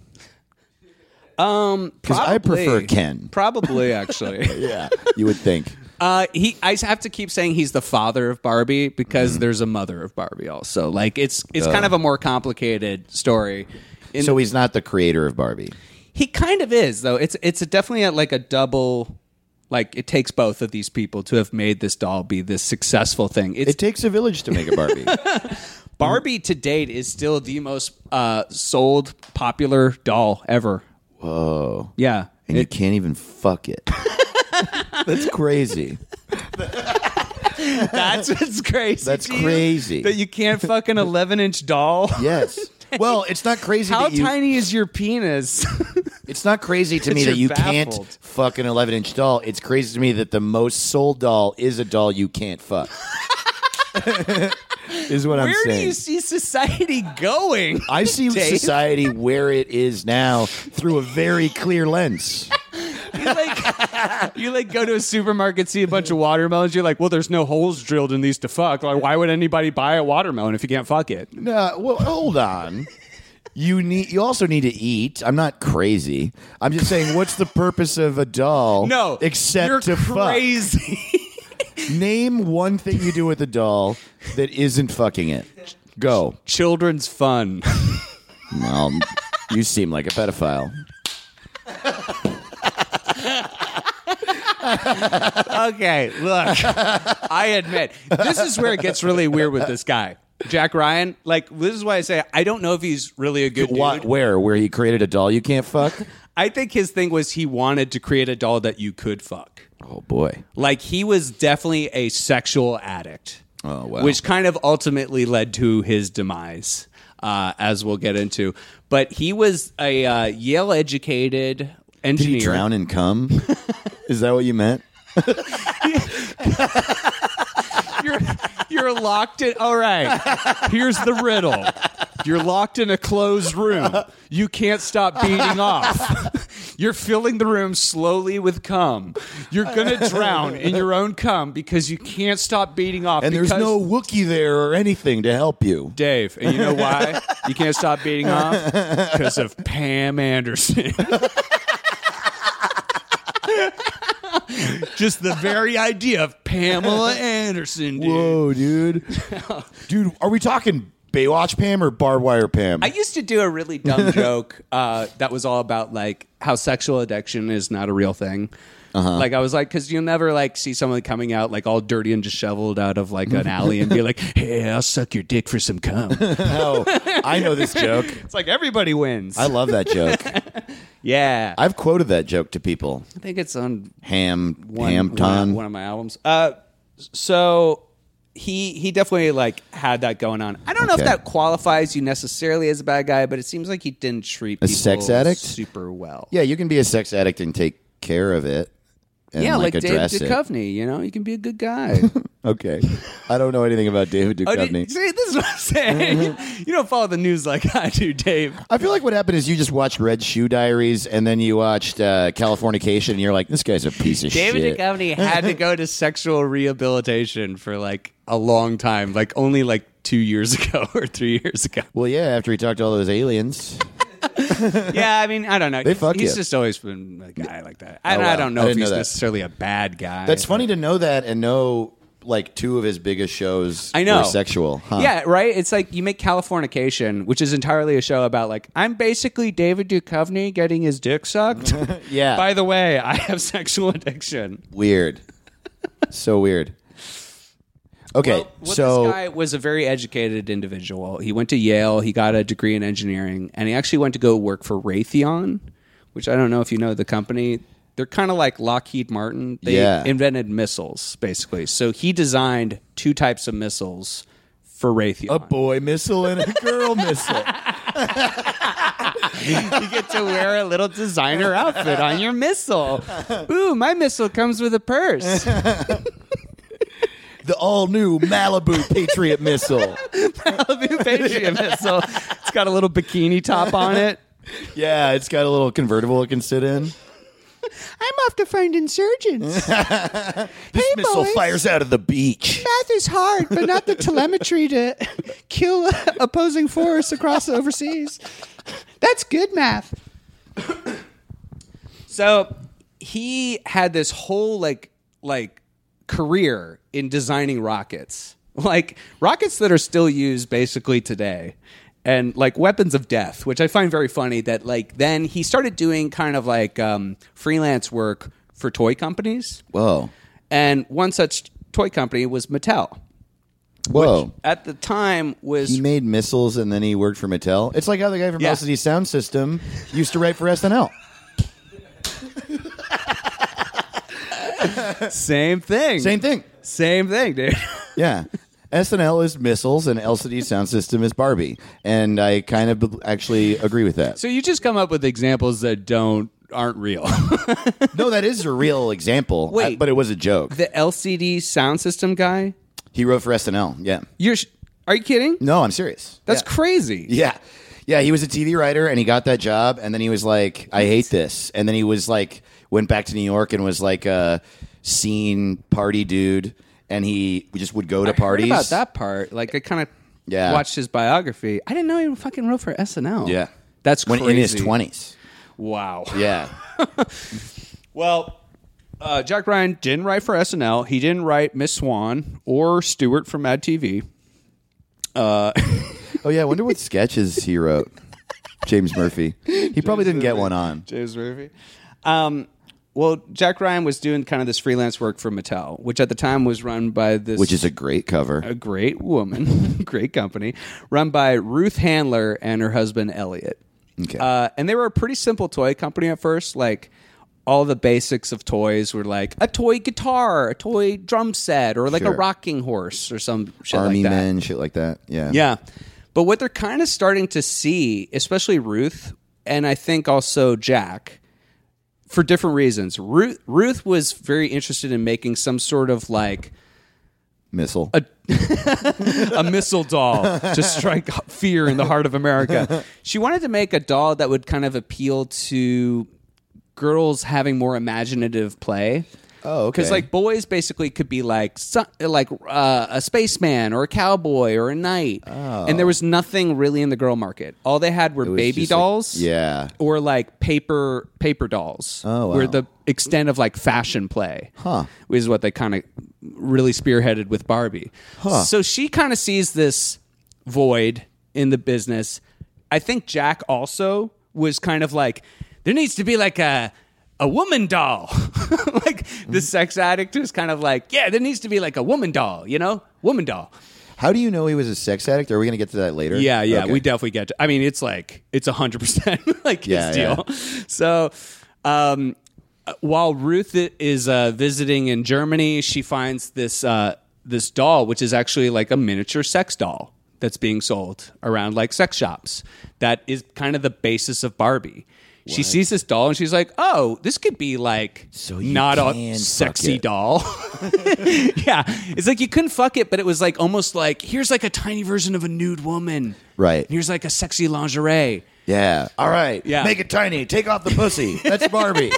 S1: Um,
S3: 'Cause I
S1: probably.
S3: prefer Ken.
S1: Probably, actually.
S3: Yeah, you would think.
S1: uh, he. I have to keep saying he's the father of Barbie
S3: Mm.
S1: because there's a mother of Barbie also. Like it's it's kind of a more complicated story. In
S3: so he's not the creator of Barbie.
S1: He kind of is though. It's it's definitely at like a double like it takes both of these people to have made this doll be this successful thing. It's
S3: It takes a village to make a Barbie.
S1: Barbie to date is still the most uh, sold popular doll ever.
S3: Whoa.
S1: Yeah.
S3: And you can't even fuck it. That's crazy.
S1: That's what's crazy.
S3: That's
S1: to you?
S3: crazy.
S1: That you can't fuck an 11 inch doll.
S3: Yes. Well, it's not crazy
S1: How
S3: that you,
S1: tiny is your penis?
S3: it's not crazy to me
S1: You're
S3: that you
S1: baffled.
S3: can't fuck an 11-inch doll. It's crazy to me that the most sold doll is a doll you can't fuck. is what I'm
S1: Where do
S3: saying.
S1: you see society going?
S3: I see
S1: Dave?
S3: society where it is now through a very clear lens.
S1: You like, you like go to a supermarket, see a bunch of watermelons. You're like, well, there's no holes drilled in these to fuck. Like, why would anybody buy a watermelon if you can't fuck it?
S3: No, well, hold on. You need. You also need to eat. I'm not crazy. I'm just saying, what's the purpose of a doll?
S1: No,
S3: except
S1: you're
S3: to
S1: crazy.
S3: fuck. Name one thing you do with a doll that isn't fucking it. Go.
S1: Children's fun.
S3: Well, you seem like a pedophile.
S1: Okay, look, I admit this is where it gets really weird with this guy, Jack Ryan. Like, this is why I say I don't know if he's really a good
S3: What?
S1: dude.
S3: Where? Where he created a doll you can't fuck?
S1: I think his thing was he wanted to create a doll that you could fuck.
S3: Oh boy.
S1: Like he was definitely a sexual addict.
S3: Oh, wow.
S1: Which kind of ultimately led to his demise, uh, as we'll get into. But he was a uh, Yale educated
S3: Did
S1: engineer.
S3: he drown and cum? is that what you meant?
S1: You're, you're locked in. All right. Here's the riddle. You're locked in a closed room. You can't stop beating off. You're filling the room slowly with cum. You're going to drown in your own cum because you can't stop beating off.
S3: And there's
S1: because-
S3: no Wookiee there or anything to help you.
S1: Dave, and you know why you can't stop beating off? Because of Pam Anderson. Just the very idea of Pamela Anderson, dude.
S3: Whoa, dude. dude, are we talking Baywatch Pam or barbed wire Pam?
S1: I used to do a really dumb joke uh, that was all about like how sexual addiction is not a real thing. Like I was like, because you'll never like see someone coming out like all dirty and disheveled out of like an alley and be like, "Hey, I'll suck your dick for some cum." it's
S3: oh, I know this joke.
S1: like everybody wins.
S3: I love that joke.
S1: yeah, I
S3: I've quoted that joke to people.
S1: think it's on
S3: Ham,
S1: one,
S3: ham
S1: one,
S3: ton.
S1: one of my albums. Uh, so he he definitely like had that going on. I don't know if
S3: Okay.
S1: that qualifies you necessarily as a bad guy, but it seems like he didn't treat
S3: A
S1: people
S3: sex addict?
S1: super well.
S3: yeah, you can be a sex addict and take care of it. And
S1: yeah, like, David
S3: address it.
S1: Duchovny. You know, you can be a good guy.
S3: Okay, I don't know anything about David
S1: oh,
S3: Duchovny.
S1: did, see, this is what I'm saying. you don't follow the news like I do, Dave.
S3: I feel like what happened is you just watched Red Shoe Diaries and then you watched uh, Californication and you're like, this guy's a piece of
S1: David
S3: shit.
S1: Duchovny had to go to sexual rehabilitation for like a long time, like only like two years ago or three years ago.
S3: Well, yeah, after he talked to all those aliens.
S1: Yeah, I mean, I don't know.
S3: They
S1: He's-
S3: fuck
S1: he's
S3: you.
S1: just always been a guy like that. I,
S3: Oh,
S1: I
S3: wow.
S1: don't know
S3: I
S1: if
S3: didn't
S1: he's
S3: know that.
S1: necessarily a bad guy.
S3: That's funny to know that and know like two of his biggest shows
S1: I know.
S3: were sexual. Huh?
S1: Yeah, right. It's like you make Californication, which is entirely a show about like I'm basically David Duchovny getting his dick sucked.
S3: Yeah.
S1: By the way, I have sexual addiction.
S3: Weird. so weird. Okay, so
S1: this guy was a very educated individual. He went to Yale. He got a degree in engineering, and he actually went to go work for Raytheon, which I don't know if you know the company. They're kind of like Lockheed Martin. They
S3: Yeah.
S1: invented missiles, basically. So he designed two types of missiles for Raytheon.
S3: a boy missile and a girl missile.
S1: you get to wear a little designer outfit on your missile. Ooh, my missile comes with a purse.
S3: The all new Malibu Patriot missile.
S1: Malibu Patriot missile. It's got a little bikini top on it.
S3: Yeah, it's got a little convertible it can sit in.
S1: I'm off to find insurgents.
S3: This
S1: Hey,
S3: missile
S1: boys.
S3: fires out of the beach.
S1: Math is hard, but not the telemetry to kill opposing force across overseas. That's good math. So he had this whole like like career in designing rockets. Like rockets that are still used basically today. And like weapons of death, which I find very funny that like then he started doing kind of like um, freelance work for toy companies.
S3: Whoa.
S1: And one such toy company was Mattel.
S3: Whoa.
S1: At the time was
S3: He made missiles and then he worked for Mattel. It's like how the guy from
S1: Yeah.
S3: LCD Sound System used to write for SNL.
S1: same thing.
S3: Same thing.
S1: Same thing, dude.
S3: Yeah. SNL is missiles and LCD Sound System is Barbie. And I kind of be- actually agree with that.
S1: so you just come up with examples that don't aren't real.
S3: No, that is a real example, I-
S1: Wait.
S3: but it was a joke.
S1: the LCD sound system guy?
S3: He wrote for SNL. Yeah.
S1: You're sh- Are you kidding?
S3: No, I'm serious.
S1: That's
S3: yeah.
S1: crazy.
S3: Yeah. Yeah, he was a TV writer and he got that job and then he was like, I hate this. And then he was like went back to New York and was like a scene party dude and he just would go to
S1: What
S3: parties.
S1: about that part? Like I kind of
S3: Yeah.
S1: watched his biography. I didn't know he fucking wrote for SNL.
S3: Yeah.
S1: That's
S3: When
S1: crazy.
S3: in his 20s.
S1: Wow.
S3: Yeah.
S1: Well, uh, Jack Ryan didn't write for SNL. He didn't write Miss Swan or Stewart from Mad TV.
S3: oh yeah, I wonder what sketches he wrote. James Murphy. He probably didn't get one on.
S1: James Murphy. Um, well, Jack Ryan was doing kind of this freelance work for Mattel, which at the time was run by this,
S3: Which is a great cover.
S1: a great woman, great company, run by Ruth Handler and her husband Elliot.
S3: Okay.
S1: Uh, and they were a pretty simple toy company at first. Like all the basics of toys were like a toy guitar, a toy drum set, or like a
S3: Sure.
S1: rocking horse or some shit
S3: Army
S1: like that.
S3: men, shit like that. Yeah.
S1: Yeah. But what they're kind of starting to see, especially Ruth, and I think also Jack, for different reasons. Ruth, Ruth was very interested in making some sort of like
S3: Missile.
S1: Uh, a missile doll to strike fear in the heart of America. She wanted to make a doll that would kind of appeal to girls having more imaginative play.
S3: Oh, okay.
S1: Because like boys basically could be like so- like uh, a spaceman or a cowboy or a knight, and there was nothing really in the girl market. All they had were
S3: Oh. It was
S1: baby
S3: just like-
S1: dolls,
S3: yeah.
S1: or like paper paper dolls.
S3: Oh, wow.
S1: where the extent of like fashion play,
S3: Huh.
S1: is what they kind of really spearheaded with Barbie. So she kind of sees this void in the business. I think Jack also was kind of like, there needs to be like a a woman doll. like
S3: Mm-hmm.
S1: the sex addict was kind of like, yeah, there needs to be like a woman doll, you know? Woman doll.
S3: How do you know he was a sex addict? Are we going to get to that later?
S1: Yeah, yeah,
S3: Okay.
S1: we definitely get. To, I mean, it's like it's hundred percent like
S3: Yeah,
S1: his deal. So, um, while Ruth i- is uh, visiting in Germany, she finds this uh, this doll, which is actually like a miniature sex doll that's being sold around like sex shops. That is kind of the basis of Barbie. She sees this doll and she's like, "Oh, this could be like
S3: So you
S1: not
S3: can
S1: a
S3: fuck
S1: sexy
S3: it.
S1: doll." yeah, it's like you couldn't fuck it, but it was like almost like here's like a tiny version of a nude woman.
S3: Right.
S1: Here's like a sexy lingerie.
S3: Yeah. All right.
S1: Yeah.
S3: Make it tiny. Take off the pussy. That's Barbie.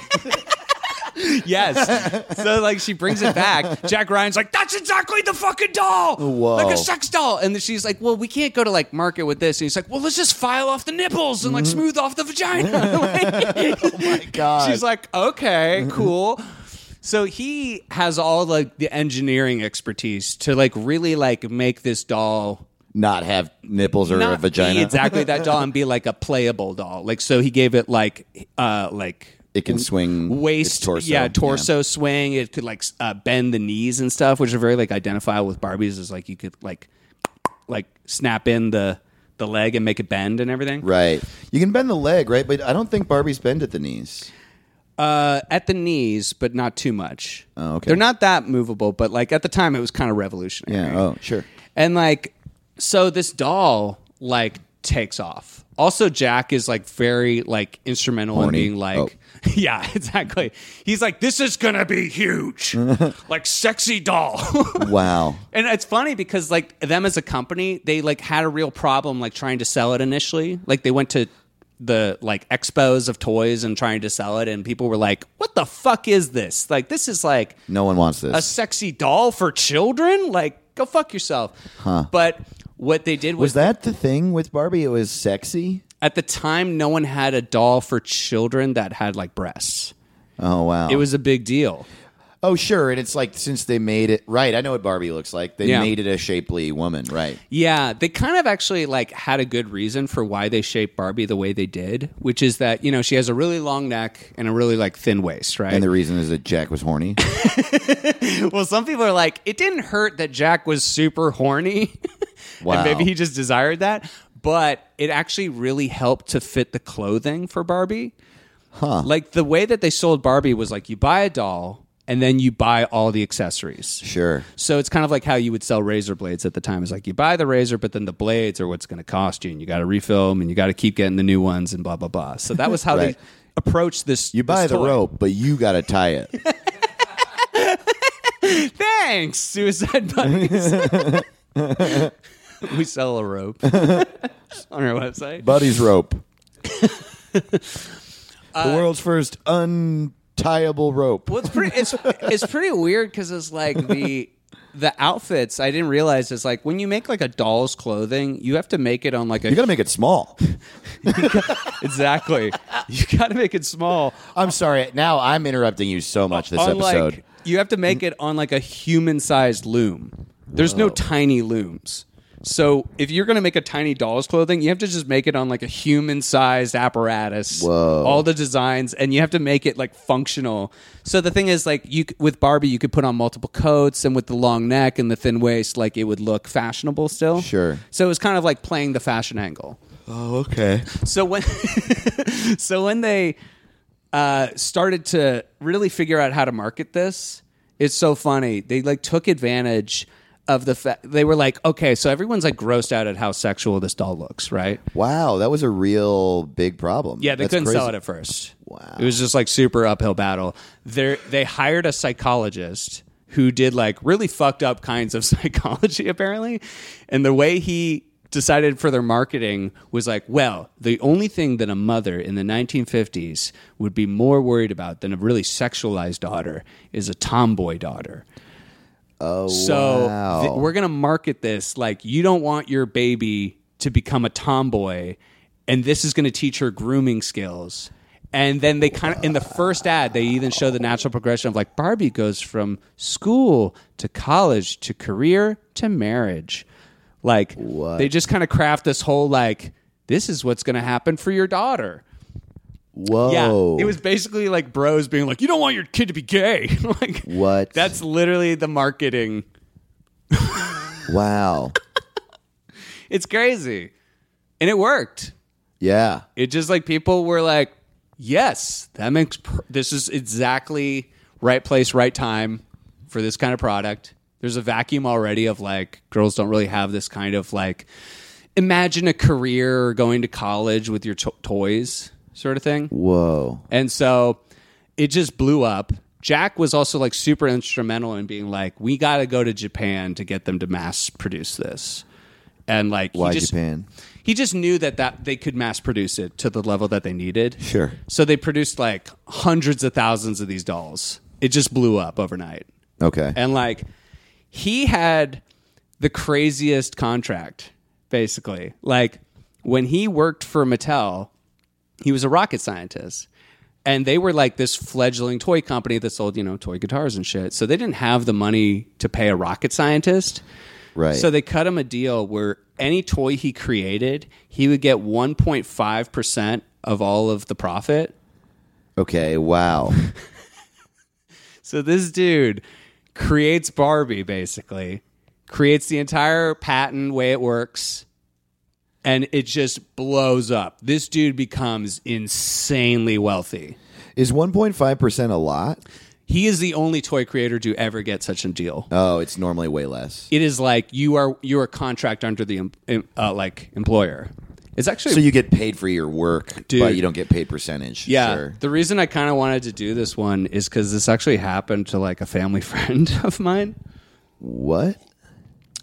S1: Yes. so like she brings it back. Jack Ryan's like, that's exactly the fucking doll.
S3: Whoa.
S1: Like a sex doll. And then she's like, well, we can't go to like market with this. And he's like, well, let's just file off the nipples and
S3: Mm-hmm.
S1: like smooth off the vagina. Like-
S3: Oh God.
S1: She's like, okay, cool. So he has all like the engineering expertise to like really like make this doll
S3: Not have nipples or a
S1: not
S3: vagina.
S1: be exactly that doll and be like a playable doll. Like so he gave it like uh like
S3: It can swing
S1: waist
S3: its torso.
S1: yeah torso swing it could like s- uh, bend the knees and stuff which are very like identifiable with barbies is like you could like like snap in the the leg and make it bend and everything
S3: Right. You can bend the leg, right? But I don't think Barbies bend at the knees.
S1: uh at the knees but not too much
S3: Oh, okay.
S1: they're not that movable but like at the time it was kind of revolutionary
S3: Yeah. Oh, sure.
S1: And like, so this doll like takes off. Also, Jack is like very like instrumental
S3: Horny.
S1: in being like,
S3: Oh.
S1: yeah, exactly. He's like, this is gonna be huge, like sexy doll.
S3: Wow.
S1: and it's funny because like them as a company, they like had a real problem like trying to sell it initially. Like they went to the like expos of toys and trying to sell it, and people were like, what the fuck is this? Like this is like
S3: No one wants
S1: a
S3: this.
S1: sexy doll for children? Like, go fuck yourself. But what they did was,
S3: Was that the thing with Barbie? It was sexy.
S1: at the time, no one had a doll for children that had like breasts.
S3: Oh wow.
S1: It was a big deal.
S3: Oh sure, and it's like since they made it right. I know what Barbie looks like. They
S1: Yeah.
S3: made it a shapely woman, right?
S1: Yeah, they kind of actually like had a good reason for why they shaped Barbie the way they did, which is that, you know, she has a really long neck and a really like thin waist, right?
S3: And the reason is that Jack was horny.
S1: well, some people are like, it didn't hurt that Jack was super horny.
S3: Wow.
S1: and maybe he just desired that. But it actually really helped to fit the clothing for Barbie. Huh. Like the way that they sold Barbie was like you buy a doll and then you buy all the accessories.
S3: sure.
S1: So it's kind of like how you would sell razor blades at the time. It's like you buy the razor, but then the blades are what's going to cost you, and you got to refill them, and you got to keep getting the new ones, and blah blah blah. So that was how
S3: Right.
S1: they approached this.
S3: You buy
S1: this
S3: the
S1: toy.
S3: rope, but you got to tie it.
S1: Thanks, suicide buddies. we sell a rope on our website.
S3: Buddy's rope.
S1: Uh,
S3: the world's first untieable rope.
S1: Well, it's pretty. It's it's pretty weird because it's like the the outfits. I didn't realize is like when you make like a doll's clothing, you have to make it on like a
S3: You got to make it small.
S1: exactly. You got to make it small.
S3: I'm sorry. Now I'm interrupting you so much this
S1: on, like-
S3: episode.
S1: you have to make it on like a human sized loom. There's no tiny looms. So if you're gonna make a tiny doll's clothing, you have to just make it on like a human sized apparatus.
S3: Whoa.
S1: All the designs, and you have to make it like functional. So the thing is, like you c- with Barbie, you could put on multiple coats, and with the long neck and the thin waist, like it would look fashionable still.
S3: Sure.
S1: So it was kind of like playing the fashion angle.
S3: Oh, okay.
S1: So when so when they uh, started to really figure out how to market this, it's so funny. They like took advantage of the fact they were like, okay, so everyone's like grossed out at how sexual this doll looks, right?
S3: Wow, that was a real big problem.
S1: Yeah, they
S3: That's
S1: couldn't sell
S3: crazy.
S1: it at first.
S3: Wow.
S1: It was just like super uphill battle. They they hired a psychologist who did like really fucked up kinds of psychology apparently. And the way he decided for their marketing was like, well, the only thing that a mother in the 1950s would be more worried about than a really sexualized daughter is a tomboy daughter. Oh, so
S3: wow.
S1: th- we're gonna market this like you don't want your baby to become a tomboy, and this is gonna teach her grooming skills. And then they kind of in the first ad they even show the natural progression of like Barbie goes from school to college to career to marriage. Like they just kind of craft this whole like this is what's going to happen for your daughter.
S3: Whoa.
S1: Yeah,
S3: Oh.
S1: it was basically like bros being like, "You don't want your kid to be gay." like
S3: What?
S1: That's literally the marketing.
S3: wow.
S1: It's crazy, and it worked.
S3: Yeah.
S1: It just like people were like, "Yes, that makes per- this is exactly right place, right time for this kind of product." There's a vacuum already of like girls don't really have this kind of like imagine a career or going to college with your to- toys sort of thing.
S3: Whoa.
S1: And so it just blew up. Jack was also like super instrumental in being like, we got to go to Japan to get them to mass produce this. And like,
S3: Why
S1: he just,
S3: Japan?
S1: He just knew that, that they could mass produce it to the level that they needed.
S3: Sure.
S1: So they produced like hundreds of thousands of these dolls. It just blew up overnight.
S3: Okay.
S1: And like he had the craziest contract, basically. Like when he worked for Mattel, he was a rocket scientist. And they were like this fledgling toy company that sold, you know, toy guitars and shit. So they didn't have the money to pay a rocket scientist.
S3: right.
S1: So they cut him a deal where any toy he created, he would get 1.5% of all of the profit.
S3: okay. Wow.
S1: So this dude creates Barbie basically, creates the entire patent way it works, and it just blows up. This dude becomes insanely wealthy.
S3: Is 1.5% a lot?
S1: He is the only toy creator to ever get such a deal.
S3: Oh, it's normally way less.
S1: It is like you are you are a contract under the em- em- uh, like employer. It's actually
S3: So you get paid for your work,
S1: Dude.
S3: but you don't get paid percentage.
S1: Yeah.
S3: Sure.
S1: The reason I kind of wanted to do this one is because this actually happened to like a family friend of mine.
S3: What?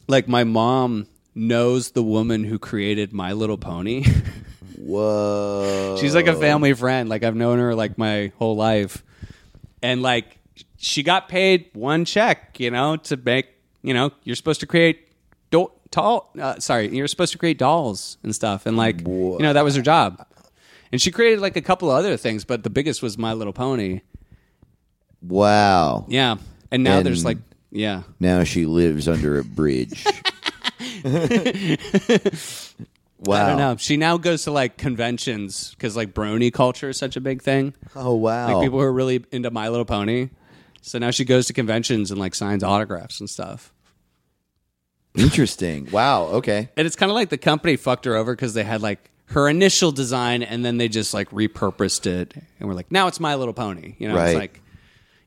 S1: Like my mom knows the woman who created My Little Pony.
S3: Whoa.
S1: She's like a family friend. Like I've known her like my whole life, and like she got paid one check, you know, to make you know you're supposed to create do- doll. Uh, sorry, you're supposed to create dolls and stuff, and like you know that was her job. And she created like a couple of other things, but the biggest was My Little Pony.
S3: Wow.
S1: Yeah, and now there's
S3: And-
S1: like yeah,
S3: Now she lives under a bridge. wow.
S1: I
S3: Oh.
S1: don't know. She now goes to like conventions because like brony culture is such a big thing.
S3: Oh, wow.
S1: Like people who are really into My Little Pony. So now she goes to conventions and like signs autographs and stuff.
S3: Interesting. Wow. Okay.
S1: And it's kind of like the company fucked her over because they had like her initial design and then they just like repurposed it and we're like, now it's My Little Pony. You know,
S3: Right.
S1: it's like,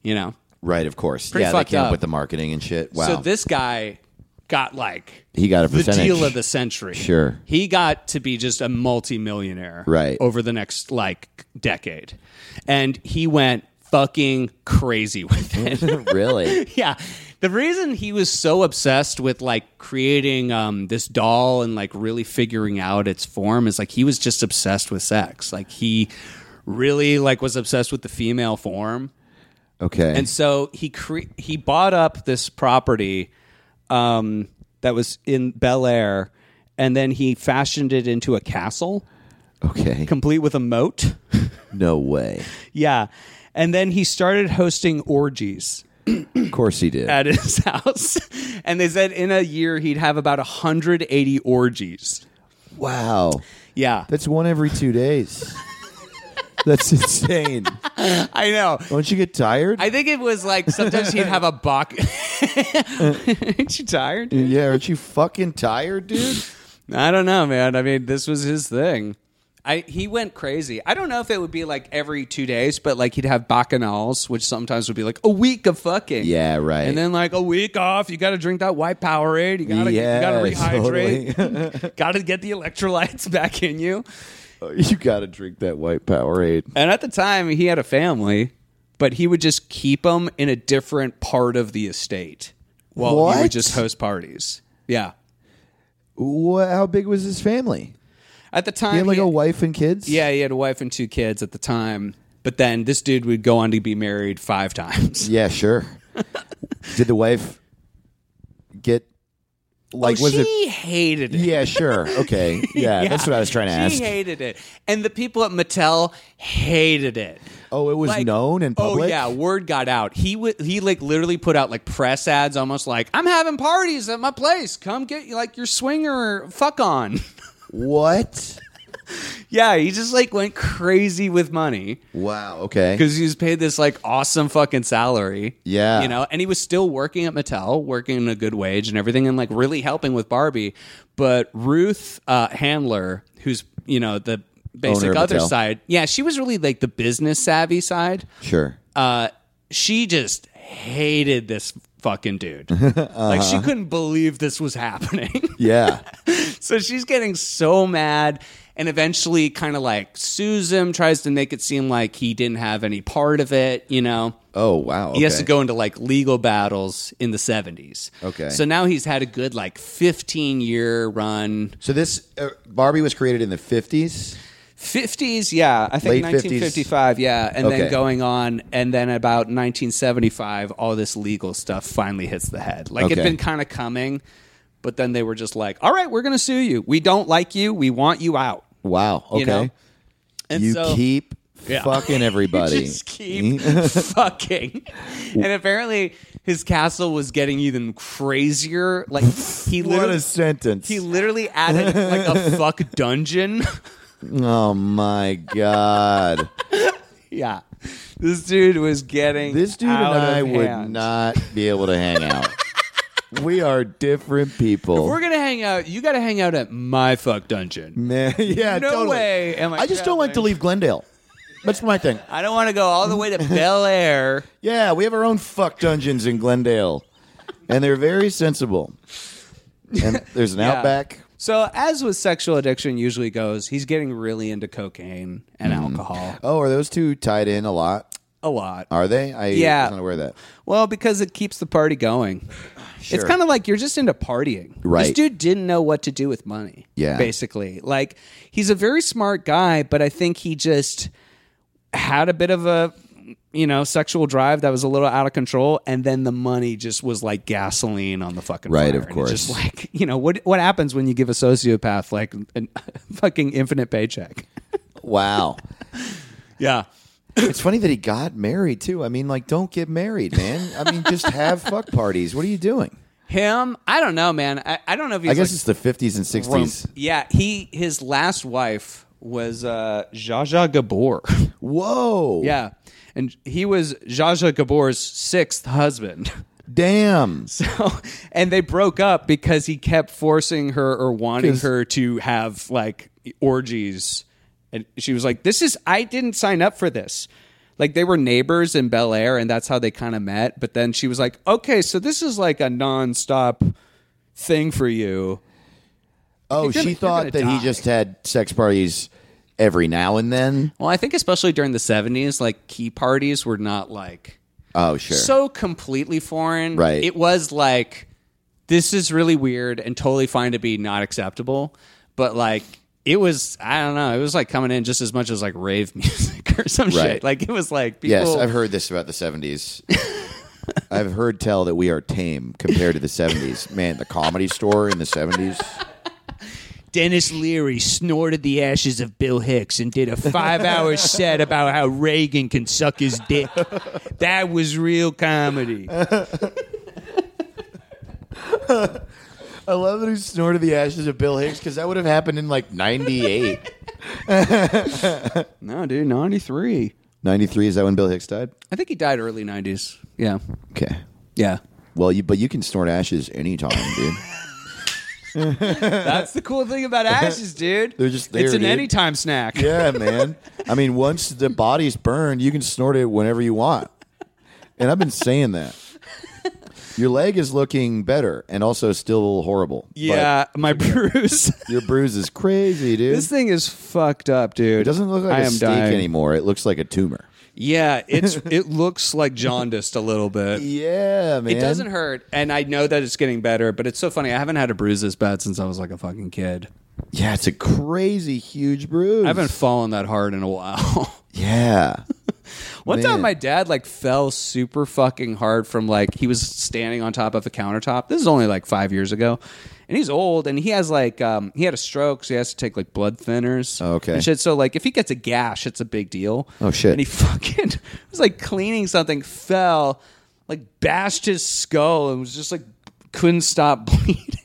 S1: you know.
S3: Right, of course.
S1: Pretty
S3: yeah, they
S1: fucked
S3: came up
S1: up.
S3: with the marketing and shit. Wow.
S1: So this guy got like
S3: he got a
S1: the
S3: percentage.
S1: deal of the century.
S3: Sure.
S1: He got to be just a multimillionaire
S3: Right.
S1: over the next like decade. And he went fucking crazy with it.
S3: really?
S1: yeah. The reason he was so obsessed with like creating um, this doll and like really figuring out its form is like he was just obsessed with sex. Like he really like was obsessed with the female form,
S3: Okay.
S1: and so he cre- he bought up this property um, that was in Bel Air, and then he fashioned it into a castle,
S3: okay.
S1: complete with a moat.
S3: No way.
S1: yeah, and then he started hosting orgies.
S3: Of course he did.
S1: at his house. And they said in a year he'd have about 180 orgies.
S3: Wow.
S1: Yeah.
S3: That's one every two days. That's insane.
S1: I know.
S3: Don't you get tired?
S1: I think it was like sometimes he'd have a box. Aren't you tired?
S3: yeah, aren't you fucking tired, dude?
S1: I don't know, man. I mean, this was his thing. I, he went crazy. I don't know if it would be like every two days, but like he'd have bacchanals, which sometimes would be like a week of fucking.
S3: Yeah, right.
S1: And then like a week off, you got to drink that white Powerade. You got to
S3: Yeah,
S1: you got to rehydrate. got to get the electrolytes back in you.
S3: totally. you got to drink that white Powerade.
S1: And at the time, he had a family, but he would just keep them in a different part of the estate while he
S3: What?
S1: would just host parties. Yeah.
S3: Wha how big was his family?
S1: At the time,
S3: He had like a wife and kids?
S1: yeah, he had a wife and two kids at the time. But then this dude would go on to be married five times.
S3: Yeah, sure. did the wife get like
S1: Oh,
S3: was
S1: she
S3: it
S1: hated it.
S3: Yeah, sure. Okay. Yeah, that's what I was trying to
S1: she
S3: ask.
S1: hated it. And the people at Mattel hated it.
S3: Oh, it was known in
S1: Oh
S3: public?
S1: yeah, word got out. He would he like literally put out like press ads, almost like I'm having parties at my place. Come get like your swinger fuck on.
S3: What?
S1: yeah, he just like went crazy with money.
S3: Wow. Okay.
S1: because he was paid this like awesome fucking salary.
S3: Yeah.
S1: you know, and he was still working at Mattel, working a good wage and everything, and like really helping with Barbie. But Ruth uh, Handler, who's you know the
S3: Owner
S1: basic
S3: of
S1: other
S3: Mattel.
S1: side, yeah, she was really like the business savvy side.
S3: Sure.
S1: Uh, she just hated this fucking dude. Like
S3: Uh-huh.
S1: she couldn't believe this was happening.
S3: Yeah.
S1: so she's getting so mad and eventually kind of like sues him tries to make it seem like he didn't have any part of it you know
S3: Oh wow.
S1: he has to
S3: okay.
S1: go into like legal battles in the 70s
S3: Okay.
S1: so now he's had a good like 15 year run
S3: So this uh, Barbie was created in the fifties.
S1: 50s yeah i think
S3: Late 50s.
S1: 1955 yeah and
S3: Okay.
S1: then going on and then about 1975 all this legal stuff finally hits the head like
S3: Okay.
S1: it'd been kind of coming but then they were just like all right we're gonna sue you we don't like you we want you out
S3: Wow. Okay.
S1: You
S3: You,
S1: know? and so-
S3: keep
S1: Yeah.
S3: fucking everybody.
S1: You just keep fucking. And apparently, his castle was getting even crazier. Like he
S3: what
S1: literally,
S3: a sentence.
S1: he literally added like a fuck dungeon.
S3: oh my god.
S1: yeah, this dude was getting
S3: This dude and
S1: out of
S3: I would
S1: hand.
S3: not be able to hang out. we are different people.
S1: We're gonna hang out. You gotta hang out at my fuck dungeon.
S3: Man, Mm, yeah,
S1: No
S3: totally.
S1: way am I
S3: I just don't like to
S1: traveling.
S3: leave Glendale. That's my thing.
S1: I don't want to go all the way to Bel Air.
S3: Yeah, we have our own fuck dungeons in Glendale, and they're very sensible. And there's an
S1: Yeah.
S3: outback.
S1: So, as with sexual addiction usually goes, he's getting really into cocaine and alcohol
S3: Oh, are those two tied in a lot?
S1: a lot.
S3: Are they? I
S1: Yeah.
S3: was not aware of that.
S1: Well, because it keeps the party going. It's kind of like you're just into partying. This
S3: Right.
S1: dude didn't know what to do with money.
S3: Yeah.
S1: Basically. Like, he's a very smart guy, but I think he just had a bit of a, you know, sexual drive that was a little out of control. And then the money just was like gasoline on the fucking
S3: Right,
S1: fire.
S3: of
S1: And it's
S3: course.
S1: just like, you know, what, what happens when you give a sociopath like a fucking infinite paycheck?
S3: Wow.
S1: Yeah.
S3: it's funny that he got married too. I mean, like, don't get married, man. I mean, just have fuck parties. What are you doing?
S1: Him, I don't know, man. I, I don't know if he's
S3: I guess
S1: like-
S3: it's the fifties and sixties.
S1: Yeah, he his last wife was uh Zsa Zsa Gabor.
S3: Whoa.
S1: yeah. And he was Zsa Zsa Gabor's sixth husband.
S3: Damn.
S1: So, and they broke up because he kept forcing her or wanting
S3: 'Cause-
S1: her to have like orgies. And she was like, This is, I didn't sign up for this. Like they were neighbors in Bel Air and that's how they kind of met. But then she was like, Okay, so this is like a nonstop thing for you.
S3: Oh,
S1: You're gonna-
S3: she
S1: you're
S3: thought that
S1: gonna
S3: he
S1: die.
S3: just had sex parties every now and then.
S1: Well, I think especially during the 70s, like key parties were not like
S3: Oh, sure.
S1: so completely foreign.
S3: Right.
S1: It was like, this is really weird and totally fine to be not acceptable. But like, it was, I don't know, it was like coming in just as much as like rave music or some
S3: Right.
S1: shit. Like, it was like people.
S3: yes, I've heard this about the seventies. I've heard tell that we are tame compared to the seventies. Man, the comedy store in the seventies.
S1: Dennis Leary snorted the ashes of Bill Hicks and did a five hour set about how Reagan can suck his dick. That was real comedy.
S3: I love that he snorted the ashes of Bill Hicks because that would have happened in like ninety eight.
S1: No, dude, 93.
S3: Ninety three is that when Bill Hicks died?
S1: I think he died early 90s. Yeah.
S3: Okay.
S1: Yeah.
S3: Well, you but you can snort ashes anytime, dude.
S1: That's the cool thing about ashes, dude.
S3: They're just there,
S1: It's an
S3: dude.
S1: anytime snack.
S3: yeah, man. I mean, once the body's burned, you can snort it whenever you want. And I've been saying that. Your leg is looking better and also still horrible. but
S1: Yeah, my bruise.
S3: your bruise is crazy, dude.
S1: this thing is fucked up, dude.
S3: It doesn't look like
S1: I
S3: a
S1: am
S3: steak
S1: dying.
S3: anymore. It looks like a tumor.
S1: Yeah, it's it looks like jaundiced a little bit.
S3: Yeah, man.
S1: It doesn't hurt, and I know that it's getting better, but it's so funny. I haven't had a bruise this bad since I was like a fucking kid.
S3: Yeah, it's a crazy huge bruise.
S1: I haven't fallen that hard in a while.
S3: Yeah.
S1: One
S3: Man.
S1: time, my dad like fell super fucking hard from like he was standing on top of the countertop. This is only like five years ago, and he's old, and he has like um, he had a stroke, so he has to take like blood thinners.
S3: Oh, Okay.
S1: and shit. So like, if he gets a gash, it's a big deal.
S3: Oh, shit.
S1: And he fucking was like cleaning something, fell, like bashed his skull, and was just like couldn't stop bleeding.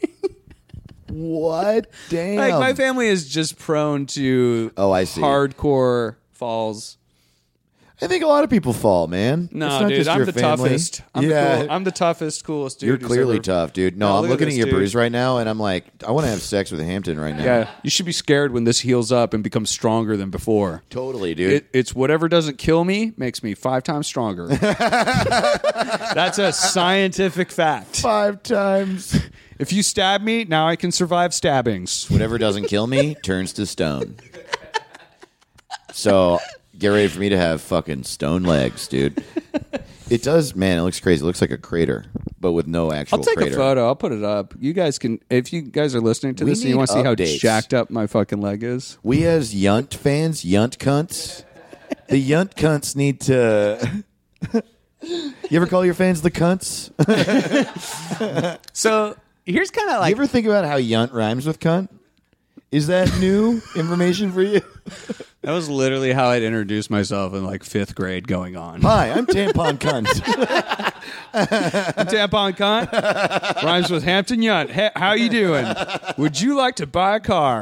S3: What? Damn.
S1: like my family is just prone to
S3: Oh, I see.
S1: hardcore falls.
S3: I think a lot of people fall, man.
S1: No,
S3: It's not
S1: dude,
S3: just
S1: I'm
S3: your
S1: the
S3: family.
S1: toughest. I'm,
S3: yeah,
S1: the cool, I'm the toughest, coolest dude.
S3: you're
S1: who's
S3: clearly
S1: ever-
S3: tough, dude. No,
S1: No,
S3: I'm
S1: look at
S3: looking at,
S1: this
S3: your
S1: dude.
S3: bruise right now, and I'm like, I want to have sex with Hampton right now.
S1: Yeah, you should be scared when this heals up and becomes stronger than before.
S3: totally, dude.
S1: It, it's whatever doesn't kill me makes me five times stronger. That's a scientific fact.
S3: Five times.
S1: If you stab me, now I can survive stabbings.
S3: Whatever doesn't kill me turns to stone. So get ready for me to have fucking stone legs, dude. It does, man. It looks crazy. It looks like a crater, but with no actual.
S1: I'll take
S3: crater.
S1: a photo. I'll put it up. You guys can, if you guys are listening to
S3: We
S1: this and you
S3: need
S1: want to see how
S3: updates.
S1: jacked up my fucking leg is.
S3: We as Yunt fans, Yunt cunts, the Yunt cunts need to. you ever call your fans the cunts? you
S1: So here's kind of like
S3: ever think about how Yunt rhymes with cunt? Is that new information for you?
S1: that was literally how I'd introduced myself in like fifth grade going on.
S3: Hi, I'm Tampon Cunt.
S1: Tampon cunt rhymes with Hampton Yunt. Hey, how you doing? Would you like to buy a car?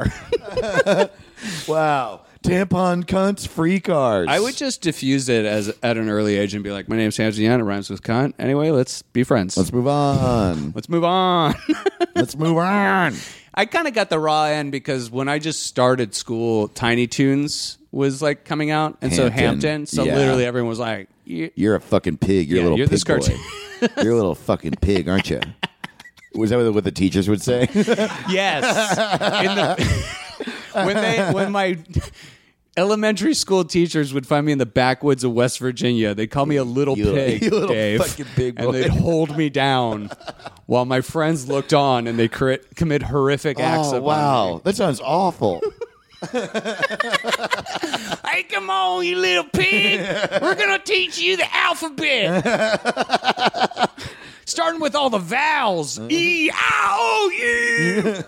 S3: wow. Tampon Cunts free cars.
S1: I would just diffuse it as at an early age and be like, "My name's Hampton Yunt. It rhymes with cunt. Anyway, let's be friends.
S3: Let's move on.
S1: let's move on."
S3: Let's move on.
S1: I kind of got the raw end because when I just started school, Tiny Toons was like coming out, and so
S3: Hampton.
S1: Hampton. So
S3: Yeah.
S1: literally everyone was like, "You-
S3: You're a fucking pig. You're
S1: Yeah,
S3: a little
S1: you're
S3: pig
S1: this cartoon-
S3: boy. You're a little fucking pig, aren't you? Was that what the teachers would say?
S1: Yes. In the- when they when my elementary school teachers would find me in the backwoods of West Virginia, they would call me a little
S3: You little-
S1: pig,
S3: you little
S1: Dave,
S3: fucking big boy.
S1: and they'd hold me down while my friends looked on and they cor- commit horrific acts.
S3: oh,
S1: upon
S3: wow.
S1: me.
S3: That sounds awful.
S1: Hey, come on, you little pig! We're gonna teach you the alphabet. Starting with all the vowels,
S3: Uh-huh.
S1: E, I, O, U.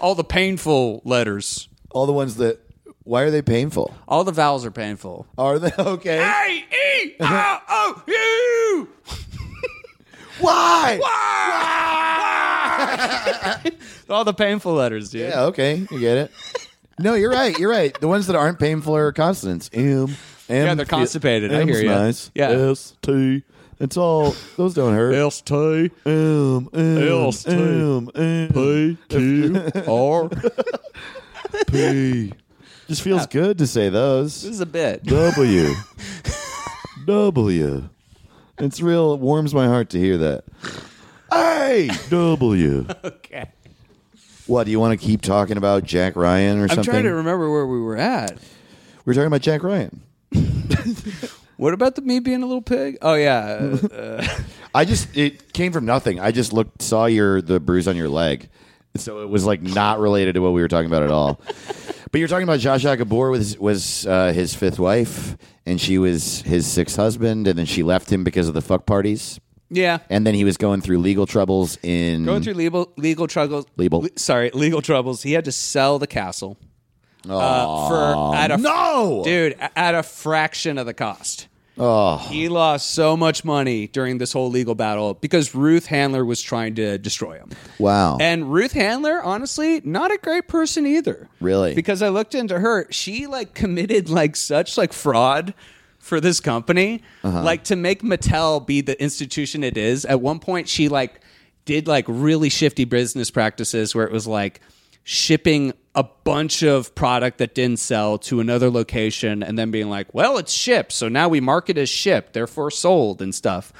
S1: All the painful letters.
S3: All the ones that. Why are they painful?
S1: All the vowels are painful.
S3: Are they okay?
S1: A E I O U.
S3: Why?
S1: All the painful letters, dude.
S3: Yeah, okay, you get it. No, you're right. You're right. The ones that aren't painful are consonants. M. M
S1: Yeah, they're constipated. I hear
S3: M's
S1: ya.
S3: Nice.
S1: Yeah.
S3: S T. It's all. Those don't hurt.
S1: Else T
S3: M. M.
S1: Ls, T.
S3: M. M.
S1: P E Q R.
S3: P. Just feels good to say
S1: This
S3: those.
S1: is a bit.
S3: W. W. It's real. It warms my heart to hear that. A. W.
S1: Okay.
S3: What do you want to keep talking about Jack Ryan or
S1: I'm
S3: something?
S1: trying to remember where we were at.
S3: We're talking about Jack Ryan.
S1: What about the me being a little pig? Oh yeah. Uh,
S3: I just it came from nothing. I just looked saw your the bruise on your leg. So it was like not related to what we were talking about at all. but you're talking about Josh Akabor was was uh, his fifth wife and she was his sixth husband and then she left him because of the fuck parties.
S1: yeah.
S3: And then he was going through legal troubles in
S1: Going through legal legal troubles.
S3: Mm. Legal.
S1: le- sorry, legal troubles. He had to sell the castle uh, for at a
S3: No!
S1: dude a- at a fraction of the cost.
S3: Oh,
S1: He lost so much money during this whole legal battle because Ruth Handler was trying to destroy him.
S3: wow.
S1: And Ruth Handler, honestly, not a great person either.
S3: Really?
S1: Because I looked into her, she like committed like such like fraud for this company,
S3: Uh-huh.
S1: like to make Mattel be the institution it is. At one point, she like did like really shifty business practices where it was like shipping a bunch of product that didn't sell to another location and then being like, well, it's shipped. So now we mark it as shipped, therefore sold and stuff.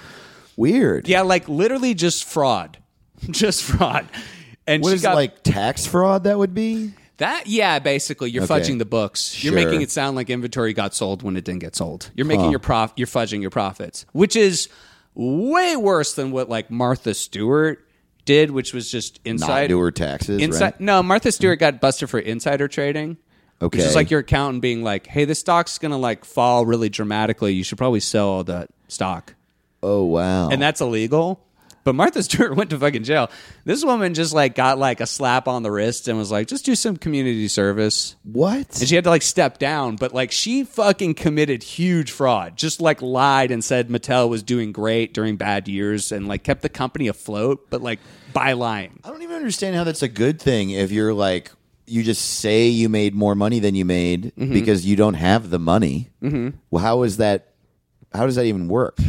S3: Weird.
S1: Yeah, like literally just fraud. Just fraud. And
S3: What
S1: she
S3: is it,
S1: got
S3: like tax fraud that would be?
S1: that yeah, basically you're
S3: Okay.
S1: fudging the books.
S3: Sure.
S1: You're making it sound like inventory got sold when it didn't get sold. You're making your prof you're fudging your profits, which is way worse than what like Martha Stewart did, which was just
S3: Not
S1: inside
S3: newer taxes,
S1: inside
S3: right?
S1: No, Martha Stewart got busted for insider trading.
S3: Okay.
S1: Which is like your accountant being like, "Hey, this stock's going to like fall really dramatically. You should probably sell all that stock."
S3: Oh wow.
S1: and that's illegal. But Martha Stewart went to fucking jail. This woman just like got like a slap on the wrist and was like, just do some community service.
S3: What?
S1: And she had to like step down, but like she fucking committed huge fraud. Just like lied and said Mattel was doing great during bad years and like kept the company afloat, but like by lying.
S3: I don't even understand how that's a good thing if you're like you just say you made more money than you made
S1: Mm-hmm.
S3: because you don't have the money. Mm-hmm. Well, how is that? How does that even work? Do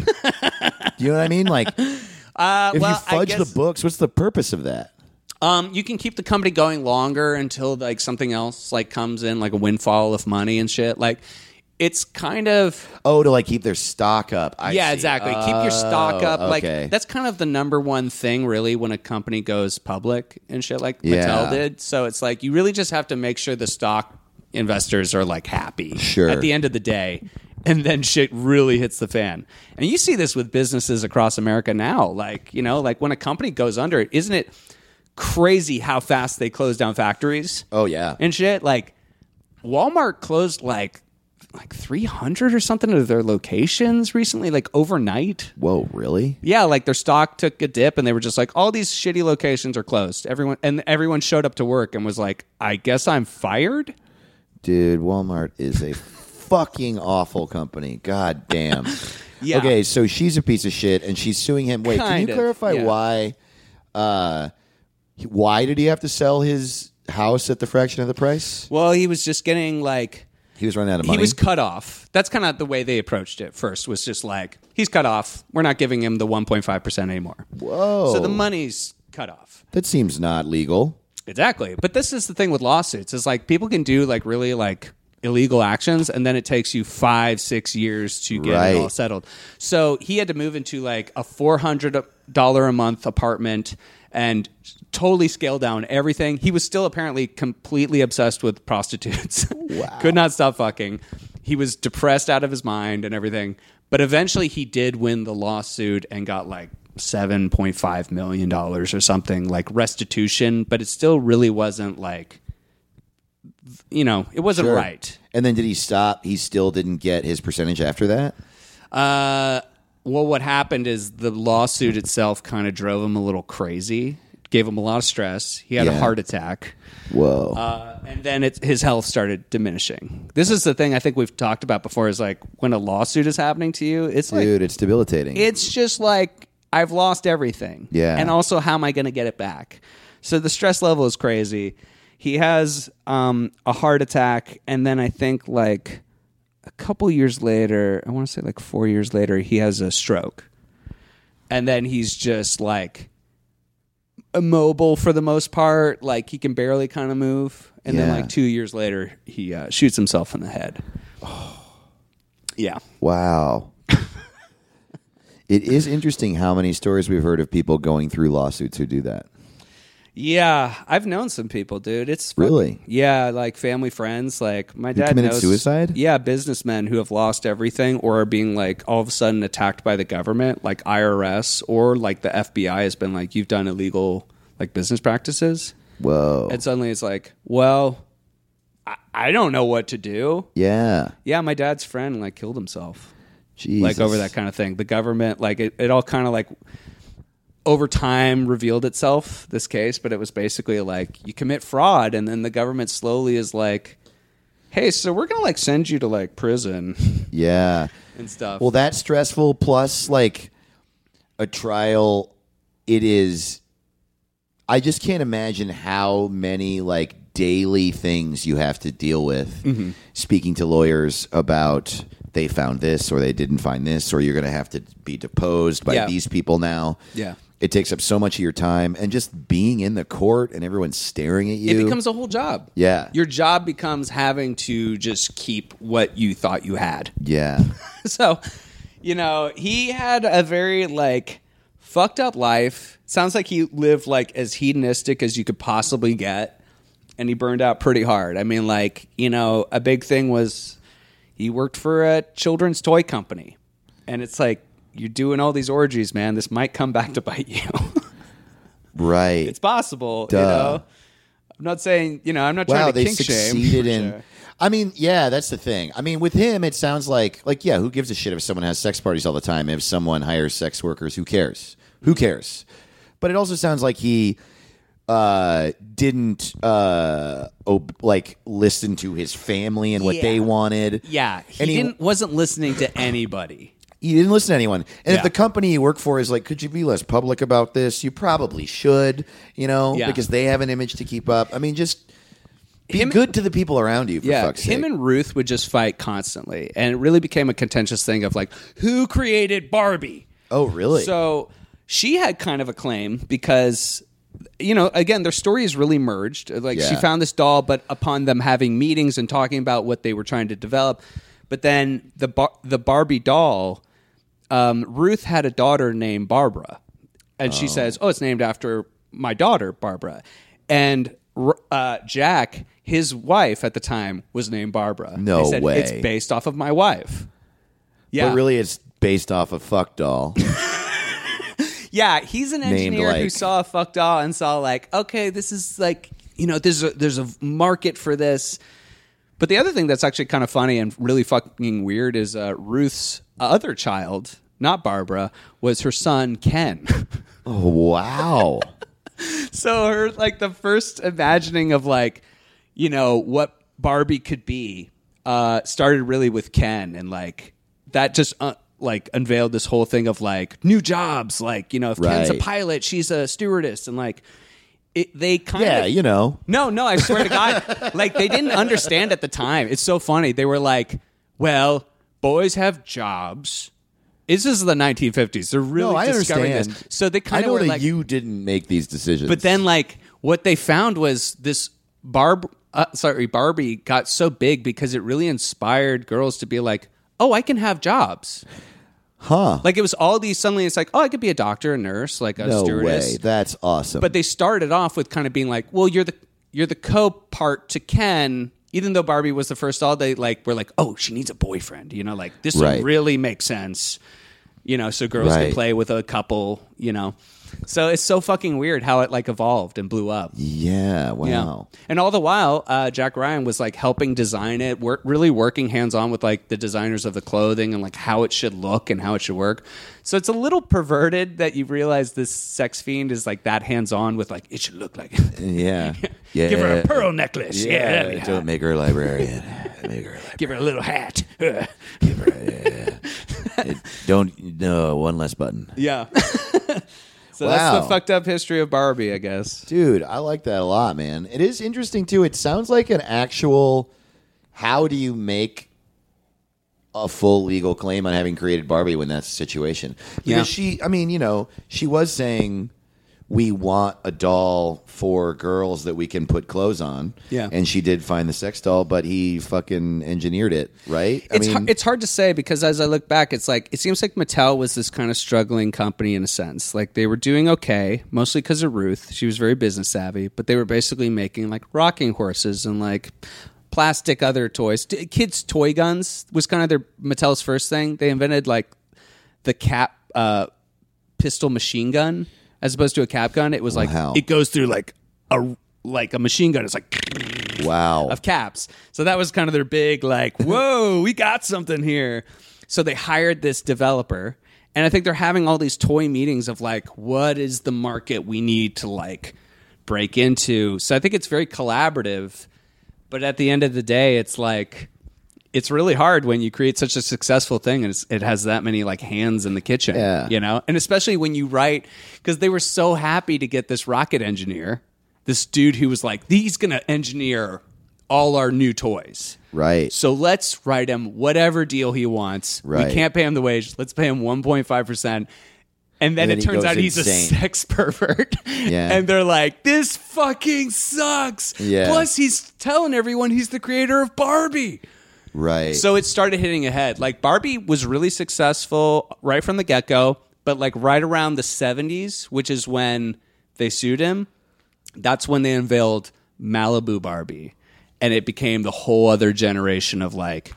S3: you know what I mean? Like, if
S1: Uh, well, I
S3: you fudge
S1: guess-
S3: the books, what's the purpose of that?
S1: Um, you can keep the company going longer until like something else like comes in, like a windfall of money and shit. Like it's kind of
S3: Oh, to like keep their stock up. I
S1: yeah,
S3: see.
S1: exactly. Keep your stock
S3: Oh,
S1: up.
S3: okay.
S1: Like that's kind of the number one thing, really, when a company goes public and shit like
S3: Yeah.
S1: Mattel did. So it's like you really just have to make sure the stock investors are like happy
S3: Sure.
S1: at the end of the day, and then shit really hits the fan. And you see this with businesses across America now. Like you know, like when a company goes under, it isn't it crazy how fast they close down factories?
S3: Oh yeah.
S1: and shit. Like Walmart closed like like 300 or something of their locations recently, like overnight.
S3: Whoa, really?
S1: Yeah, like their stock took a dip, and they were just like, all these shitty locations are closed. Everyone and everyone showed up to work and was like, I guess I'm fired.
S3: Dude, Walmart is a fucking awful company. God damn.
S1: Yeah.
S3: Okay, so she's a piece of shit and she's suing him. Wait, can
S1: Kind
S3: you
S1: of,
S3: clarify
S1: yeah.
S3: why uh he- why did he have to sell his house at the fraction of the price?
S1: Well, he was just getting like
S3: He was running out of money.
S1: he was cut off. That's kind of the way they approached it first. Was just like he's cut off. We're not giving him the 1.5 percent anymore.
S3: Whoa.
S1: So the money's cut off.
S3: that seems not legal.
S1: Exactly. But this is the thing with lawsuits. It's like people can do like really like illegal actions and then it takes you five, six years to get
S3: Right.
S1: it all settled. So he had to move into like a four hundred dollar a month apartment and totally scale down everything. He was still apparently completely obsessed with prostitutes. Wow. Could not stop fucking. He was depressed out of his mind and everything. But eventually he did win the lawsuit and got like seven point five million dollars or something, like restitution, but it still really wasn't like you know, it wasn't
S3: Sure.
S1: right.
S3: And then did he stop? He still didn't get his percentage after that?
S1: Uh, well, what happened is the lawsuit itself kind of drove him a little crazy, gave him a lot of stress. He had a
S3: Yeah.
S1: heart attack.
S3: Whoa.
S1: Uh, and then it, his health started diminishing. This is the thing I think we've talked about before is like when a lawsuit is happening to you, it's like,
S3: Dude, it's debilitating.
S1: it's just like, I've lost everything.
S3: Yeah.
S1: And also, how am I going to get it back? So the stress level is crazy. He has um, a heart attack. And then I think like a couple years later, I want to say like four years later, he has a stroke. And then he's just like immobile for the most part. Like he can barely kind of move. And then
S3: Yeah.
S1: like two years later, he uh, shoots himself in the head. Yeah.
S3: Wow. it is interesting how many stories we've heard of people going through lawsuits who do that.
S1: Yeah, I've known some people, dude. It's fucking-
S3: Really?
S1: yeah, like family friends. Like my dad
S3: committed
S1: knows-
S3: suicide?
S1: Yeah, businessmen who have lost everything or are being like all of a sudden attacked by the government, like IRS or like the FBI has been like, you've done illegal like business practices,
S3: Whoa.
S1: and suddenly it's like, well, I, I don't know what to do.
S3: yeah.
S1: Yeah, my dad's friend like killed himself
S3: Jesus.
S1: like over that kind of thing. The government, like it, it all kind of like over time revealed itself this case, but it was basically like you commit fraud, and then the government slowly is like, "Hey, so we're gonna like send you to like prison
S3: Yeah.
S1: and stuff."
S3: Well, that's stressful. Plus, like a trial, it is. I just can't imagine how many like daily things you have to deal with.
S1: Mm-hmm.
S3: Speaking to lawyers about they found this or they didn't find this, or you're going to have to be deposed by
S1: Yeah.
S3: these people now.
S1: Yeah.
S3: It takes up so much of your time, and just being in the court and everyone staring at
S1: it
S3: you.
S1: becomes a whole job.
S3: Yeah.
S1: your job becomes having to just keep what you thought you had.
S3: yeah,
S1: so, you know, he had a very like fucked up life. Sounds like he lived like as hedonistic as you could possibly get, and he burned out pretty hard. I mean, like you know, a big thing was he worked for a children's toy company, and it's like you're doing all these orgies, man. This might come back to bite you.
S3: right.
S1: it's possible, you
S3: Duh.
S1: know. I'm not saying you know. I'm not trying
S3: wow,
S1: to
S3: they
S1: kink shame.
S3: succeeded
S1: for
S3: in.
S1: sure.
S3: I mean, yeah, that's the thing. I mean, with him, it sounds like like yeah, who gives a shit if someone has sex parties all the time? If someone hires sex workers, who cares? Who cares? But it also sounds like he uh didn't uh ob- like listen to his family and what
S1: Yeah.
S3: they wanted
S1: Yeah, he
S3: And he-
S1: didn't wasn't listening to anybody.
S3: you didn't listen to anyone. And
S1: Yeah.
S3: if the company you work for is like, could you be less public about this? You probably should, you know,
S1: Yeah.
S3: because they have an image to keep up. I mean, just be
S1: Him-
S3: good to the people around you. For
S1: yeah,
S3: fuck's
S1: him
S3: sake.
S1: and Ruth would just fight constantly, and it really became a contentious thing of like who created Barbie.
S3: oh, really?
S1: So she had kind of a claim because you know again their stories really merged like she
S3: Yeah.
S1: found this doll but upon them having meetings and talking about what they were trying to develop but then the bar- the Barbie doll um, Ruth had a daughter named Barbara and she says oh it's named after my daughter Barbara and R- uh, Jack his wife at the time was named Barbara
S3: No
S1: They said,
S3: way.
S1: it's based off of my wife yeah
S3: But really, it's based off a fuck doll.
S1: Yeah, he's an engineer who
S3: like-
S1: saw a fuck doll and saw like, okay, this is like, you know, there's a, there's a market for this. But the other thing that's actually kind of funny and really fucking weird is uh, Ruth's other child, not Barbara, was her son Ken.
S3: oh, wow.
S1: so her like the first imagining of like, you know, what Barbie could be uh, started really with Ken and like that just. Uh, like unveiled this whole thing of like new jobs like you know if Ken's a
S3: Right.
S1: pilot she's a stewardess and like it, they kind
S3: yeah,
S1: of
S3: you know.
S1: no, no, I swear to God. Like, they didn't understand at the time. It's so funny. They were like, well, boys have jobs. This is the 1950s. They're really
S3: no, I
S1: discovering
S3: understand.
S1: this. So they kind of
S3: I know
S1: were
S3: that
S1: like,
S3: you didn't make these decisions,
S1: but then, like, what they found was this Barb, uh, sorry, Barbie got so big because it really inspired girls to be like, oh, I can have jobs. Huh. Like, it was all these suddenly, it's like, oh, I could be a doctor, a nurse, like a
S3: no
S1: stewardess.
S3: way, that's awesome.
S1: But they started off with kind of being like, "Well, you're the you're the co-part to Ken." Even though Barbie was the first doll, they like were like, "Oh, she needs a boyfriend," you know, like this
S3: Right.
S1: will really make sense, you know, so girls can
S3: Right.
S1: play with a couple, you know. So it's so fucking weird how it like evolved and blew up.
S3: yeah,
S1: Yeah.
S3: wow.
S1: And all the while, uh, Jack Ryan was like helping design it, work, really working hands on with like the designers of the clothing and like how it should look and how it should work. So it's a little perverted that you realize this sex fiend is like that hands on with like, it should look like
S3: Yeah, yeah.
S1: Give her a pearl necklace. Yeah. that'd be
S3: yeah.
S1: hot.
S3: Don't make her a librarian. make her a librarian.
S1: Give her a little hat.
S3: It- don't no one less button
S1: yeah. so that's
S3: Wow.
S1: the fucked up history of Barbie, I guess.
S3: dude i like that a lot man it is interesting too it sounds like an actual how do you make a full legal claim on having created barbie when that's the situation because
S1: Yeah.
S3: she i mean you know she was saying we want a doll for girls that we can put clothes on
S1: Yeah.
S3: and she did find the sex doll but he fucking engineered it right
S1: it's har- it's hard to say because as I look back, it's like it seems like Mattel was this kind of struggling company in a sense. Like they were doing okay, mostly because of Ruth. She was very business savvy, but they were basically making like rocking horses and like plastic other toys. T- kids' toy guns was kind of their Mattel's first thing. They invented like the cap uh, pistol machine gun as opposed to a cap gun. It was like
S3: Wow.
S1: it goes through like a like a machine gun. It's like
S3: wow
S1: of caps. So that was kind of their big like, whoa, we got something here. So they hired this developer, and I think they're having all these toy meetings of like, what is the market we need to like break into? So I think it's very collaborative, but at the end of the day, it's like it's really hard when you create such a successful thing and it's, it has that many like hands in the kitchen
S3: Yeah.
S1: you know and especially when you write because they were so happy to get this rocket engineer this dude who was like he's gonna engineer all our new toys
S3: right
S1: so let's write him whatever deal he wants we
S3: Right.
S1: can't pay him the wage let's pay him 1.5% and then,
S3: And then
S1: it
S3: he
S1: turns
S3: goes
S1: out he's a
S3: insane.
S1: sex pervert.
S3: Yeah.
S1: And they're like, this fucking sucks.
S3: Yeah.
S1: Plus, he's telling everyone he's the creator of Barbie.
S3: right
S1: So it started hitting ahead. Like Barbie was really successful right from the get go, but like right around the 70s, which is when they sued him, that's when they unveiled Malibu Barbie. And it became the whole other generation of like,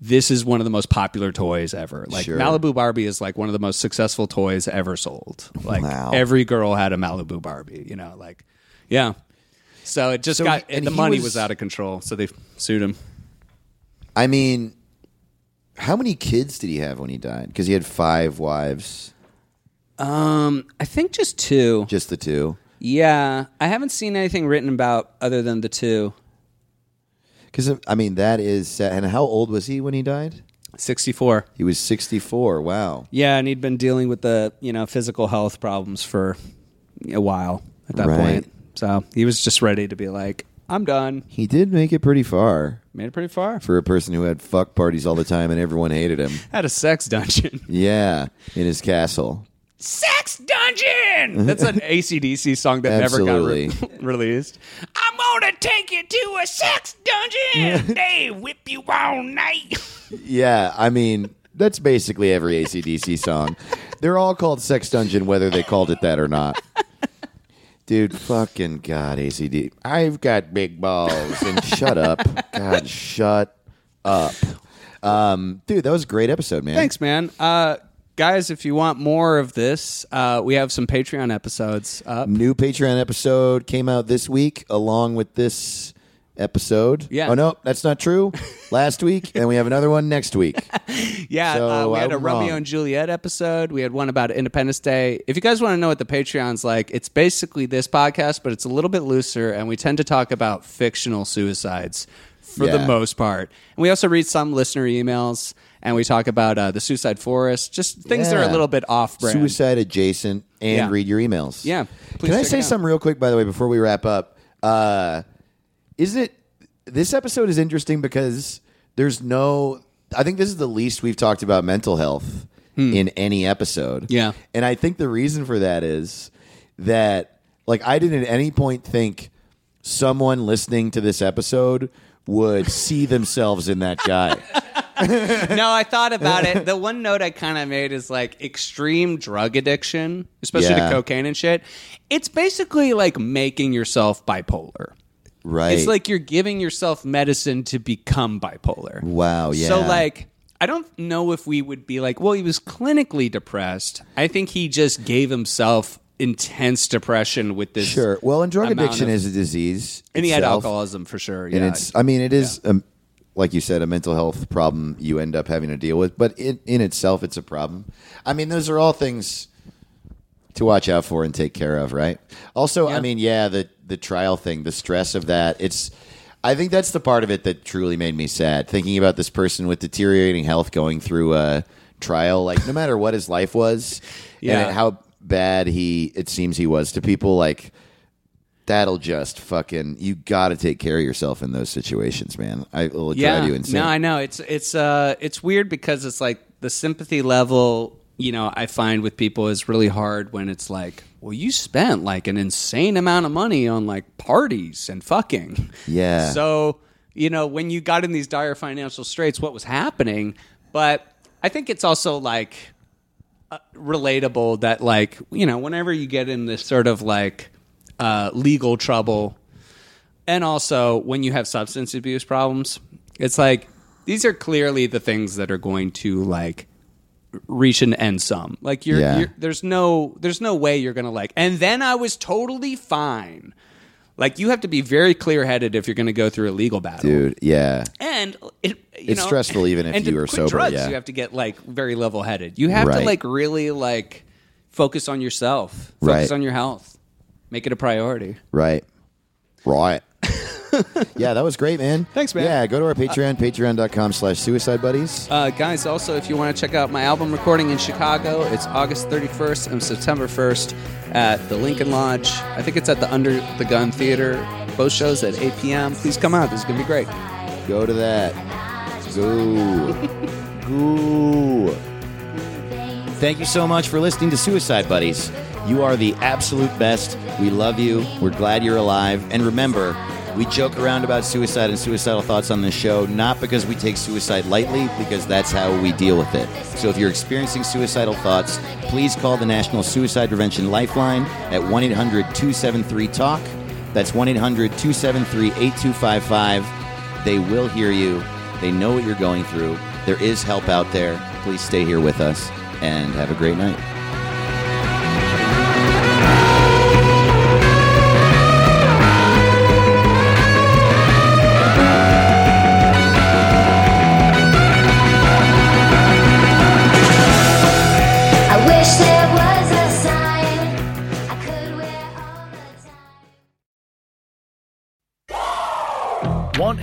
S1: this is one of the most popular toys ever. Like
S3: Sure.
S1: Malibu Barbie is like one of the most successful toys ever sold. Like
S3: Wow.
S1: every girl had a Malibu Barbie, you know, like, yeah. So it just
S3: So
S1: got,
S3: he- and
S1: the
S3: he
S1: money
S3: was-
S1: was out of control. So they sued him.
S3: I mean, how many kids did he have when he died? Because he had five wives,
S1: Um, I think just two.
S3: just the two.
S1: Yeah, I haven't seen anything written about other than the two.
S3: Because I mean, that is sad. And how old was he when he died?
S1: Sixty-four.
S3: He was sixty-four. Wow.
S1: Yeah, and he'd been dealing with the you know physical health problems for a while at that
S3: Right.
S1: point. So he was just ready to be like, I'm done.
S3: He did make it pretty far
S1: Made it pretty far.
S3: for a person who had fuck parties all the time and everyone hated him.
S1: Had a sex dungeon.
S3: Yeah, in his castle.
S1: sex dungeon. That's an ACDC song that never got
S3: Absolutely.
S1: re- released. I'm gonna take you to a sex dungeon. they whip you all night.
S3: Yeah, I mean, that's basically every ACDC song. They're all called Sex Dungeon, whether they called it that or not. Dude, fucking God, ACD. I've got big balls. And shut up. God, shut up. Um, dude, that was a great episode, man.
S1: Thanks, man. Uh, guys, if you want more of this, uh, we have some Patreon episodes uh, up.
S3: New Patreon episode came out this week along with this episode.
S1: Yeah.
S3: Oh, no, that's not true. Last week, and we have another one next week.
S1: Yeah, uh,
S3: So
S1: we had a
S3: I'm
S1: Romeo
S3: wrong.
S1: and Juliet episode. We had one about Independence Day. If you guys want to know what the Patreon's like, it's basically this podcast, but it's a little bit looser, and we tend to talk about fictional suicides for the
S3: Yeah.
S1: most part. And we also read some listener emails, and we talk about uh, the Suicide Forest, just things that are a
S3: Yeah.
S1: little bit off brand.
S3: Suicide adjacent and
S1: Yeah.
S3: read your emails.
S1: Yeah. Please
S3: Can I
S1: check it
S3: say
S1: out.
S3: something real quick, by the way, before we wrap up? Uh, isn't it this episode is interesting because there's no I think this is the least we've talked about mental health in any episode.
S1: Hmm. Yeah.
S3: And I think the reason for that is that like I didn't at any point think someone listening to this episode would see themselves in that guy.
S1: no, I thought about it. The one note I kind of made is like extreme drug addiction, especially
S3: Yeah.
S1: to cocaine and shit. It's basically like making yourself bipolar.
S3: Right.
S1: It's like you're giving yourself medicine to become bipolar.
S3: Wow,
S1: So
S3: yeah.
S1: like I don't know if we would be like, well, he was clinically depressed. I think he just gave himself intense depression with this.
S3: Sure. Well, and drug
S1: amount
S3: addiction
S1: of-
S3: is a disease.
S1: and he had
S3: itself.
S1: alcoholism for sure. Yeah.
S3: and it's i mean it is um, like you said a mental health problem you end up having to deal with but it, in itself it's a problem i mean those are all things to watch out for and take care of right also i mean yeah the the trial thing the stress of that it's i think that's the part of it that truly made me sad thinking about this person with deteriorating health going through a trial like no matter what his life was
S1: Yeah.
S3: and how bad he it seems he was to people like that'll just fucking you got to take care of yourself in those situations, man. I it will drive you insane.
S1: No, I know it's it's uh it's weird because it's like the sympathy level you know I find with people is really hard when it's like well you spent like an insane amount of money on like parties and fucking
S3: Yeah.
S1: so you know when you got in these dire financial straits what was happening but I think it's also like uh, relatable that like you know whenever you get in this sort of like uh, legal trouble and also when you have substance abuse problems it's like these are clearly the things that are going to like reach an end sum like you're,
S3: Yeah.
S1: you're there's no there's no way you're gonna like and then i was totally fine like you have to be very clear-headed if you're gonna go through a legal battle
S3: dude. Yeah,
S1: and it, you
S3: It's
S1: know,
S3: stressful even if
S1: and
S3: you
S1: to
S3: are
S1: quit
S3: sober,
S1: Drugs,
S3: yeah.
S1: you have to get like very level headed. You have to
S3: Right.
S1: like really like focus on yourself, focus
S3: Right.
S1: on your health, make it a priority.
S3: right, right. yeah, that was great, man.
S1: Thanks, man.
S3: Yeah, go to our Patreon, patreon.com slash suicide buddies.
S1: Uh, guys, also if you want to check out my album recording in Chicago, it's August 31st and September 1st at the Lincoln Lodge. I think it's at the Under the Gun Theater. Both shows at 8 p.m. Please come out. This is gonna be great.
S3: Go to that. Go. Go. Thank you so much for listening to Suicide Buddies. You are the absolute best. We love you. We're glad you're alive. And remember, we joke around about suicide and suicidal thoughts on this show, not because we take suicide lightly, because that's how we deal with it. So if you're experiencing suicidal thoughts, please call the National Suicide Prevention Lifeline at 1 800 273 TALK. That's 1 800 273 8255. They will hear you. They know what you're going through. There is help out there. Please stay here with us and have a great night.
S5: Want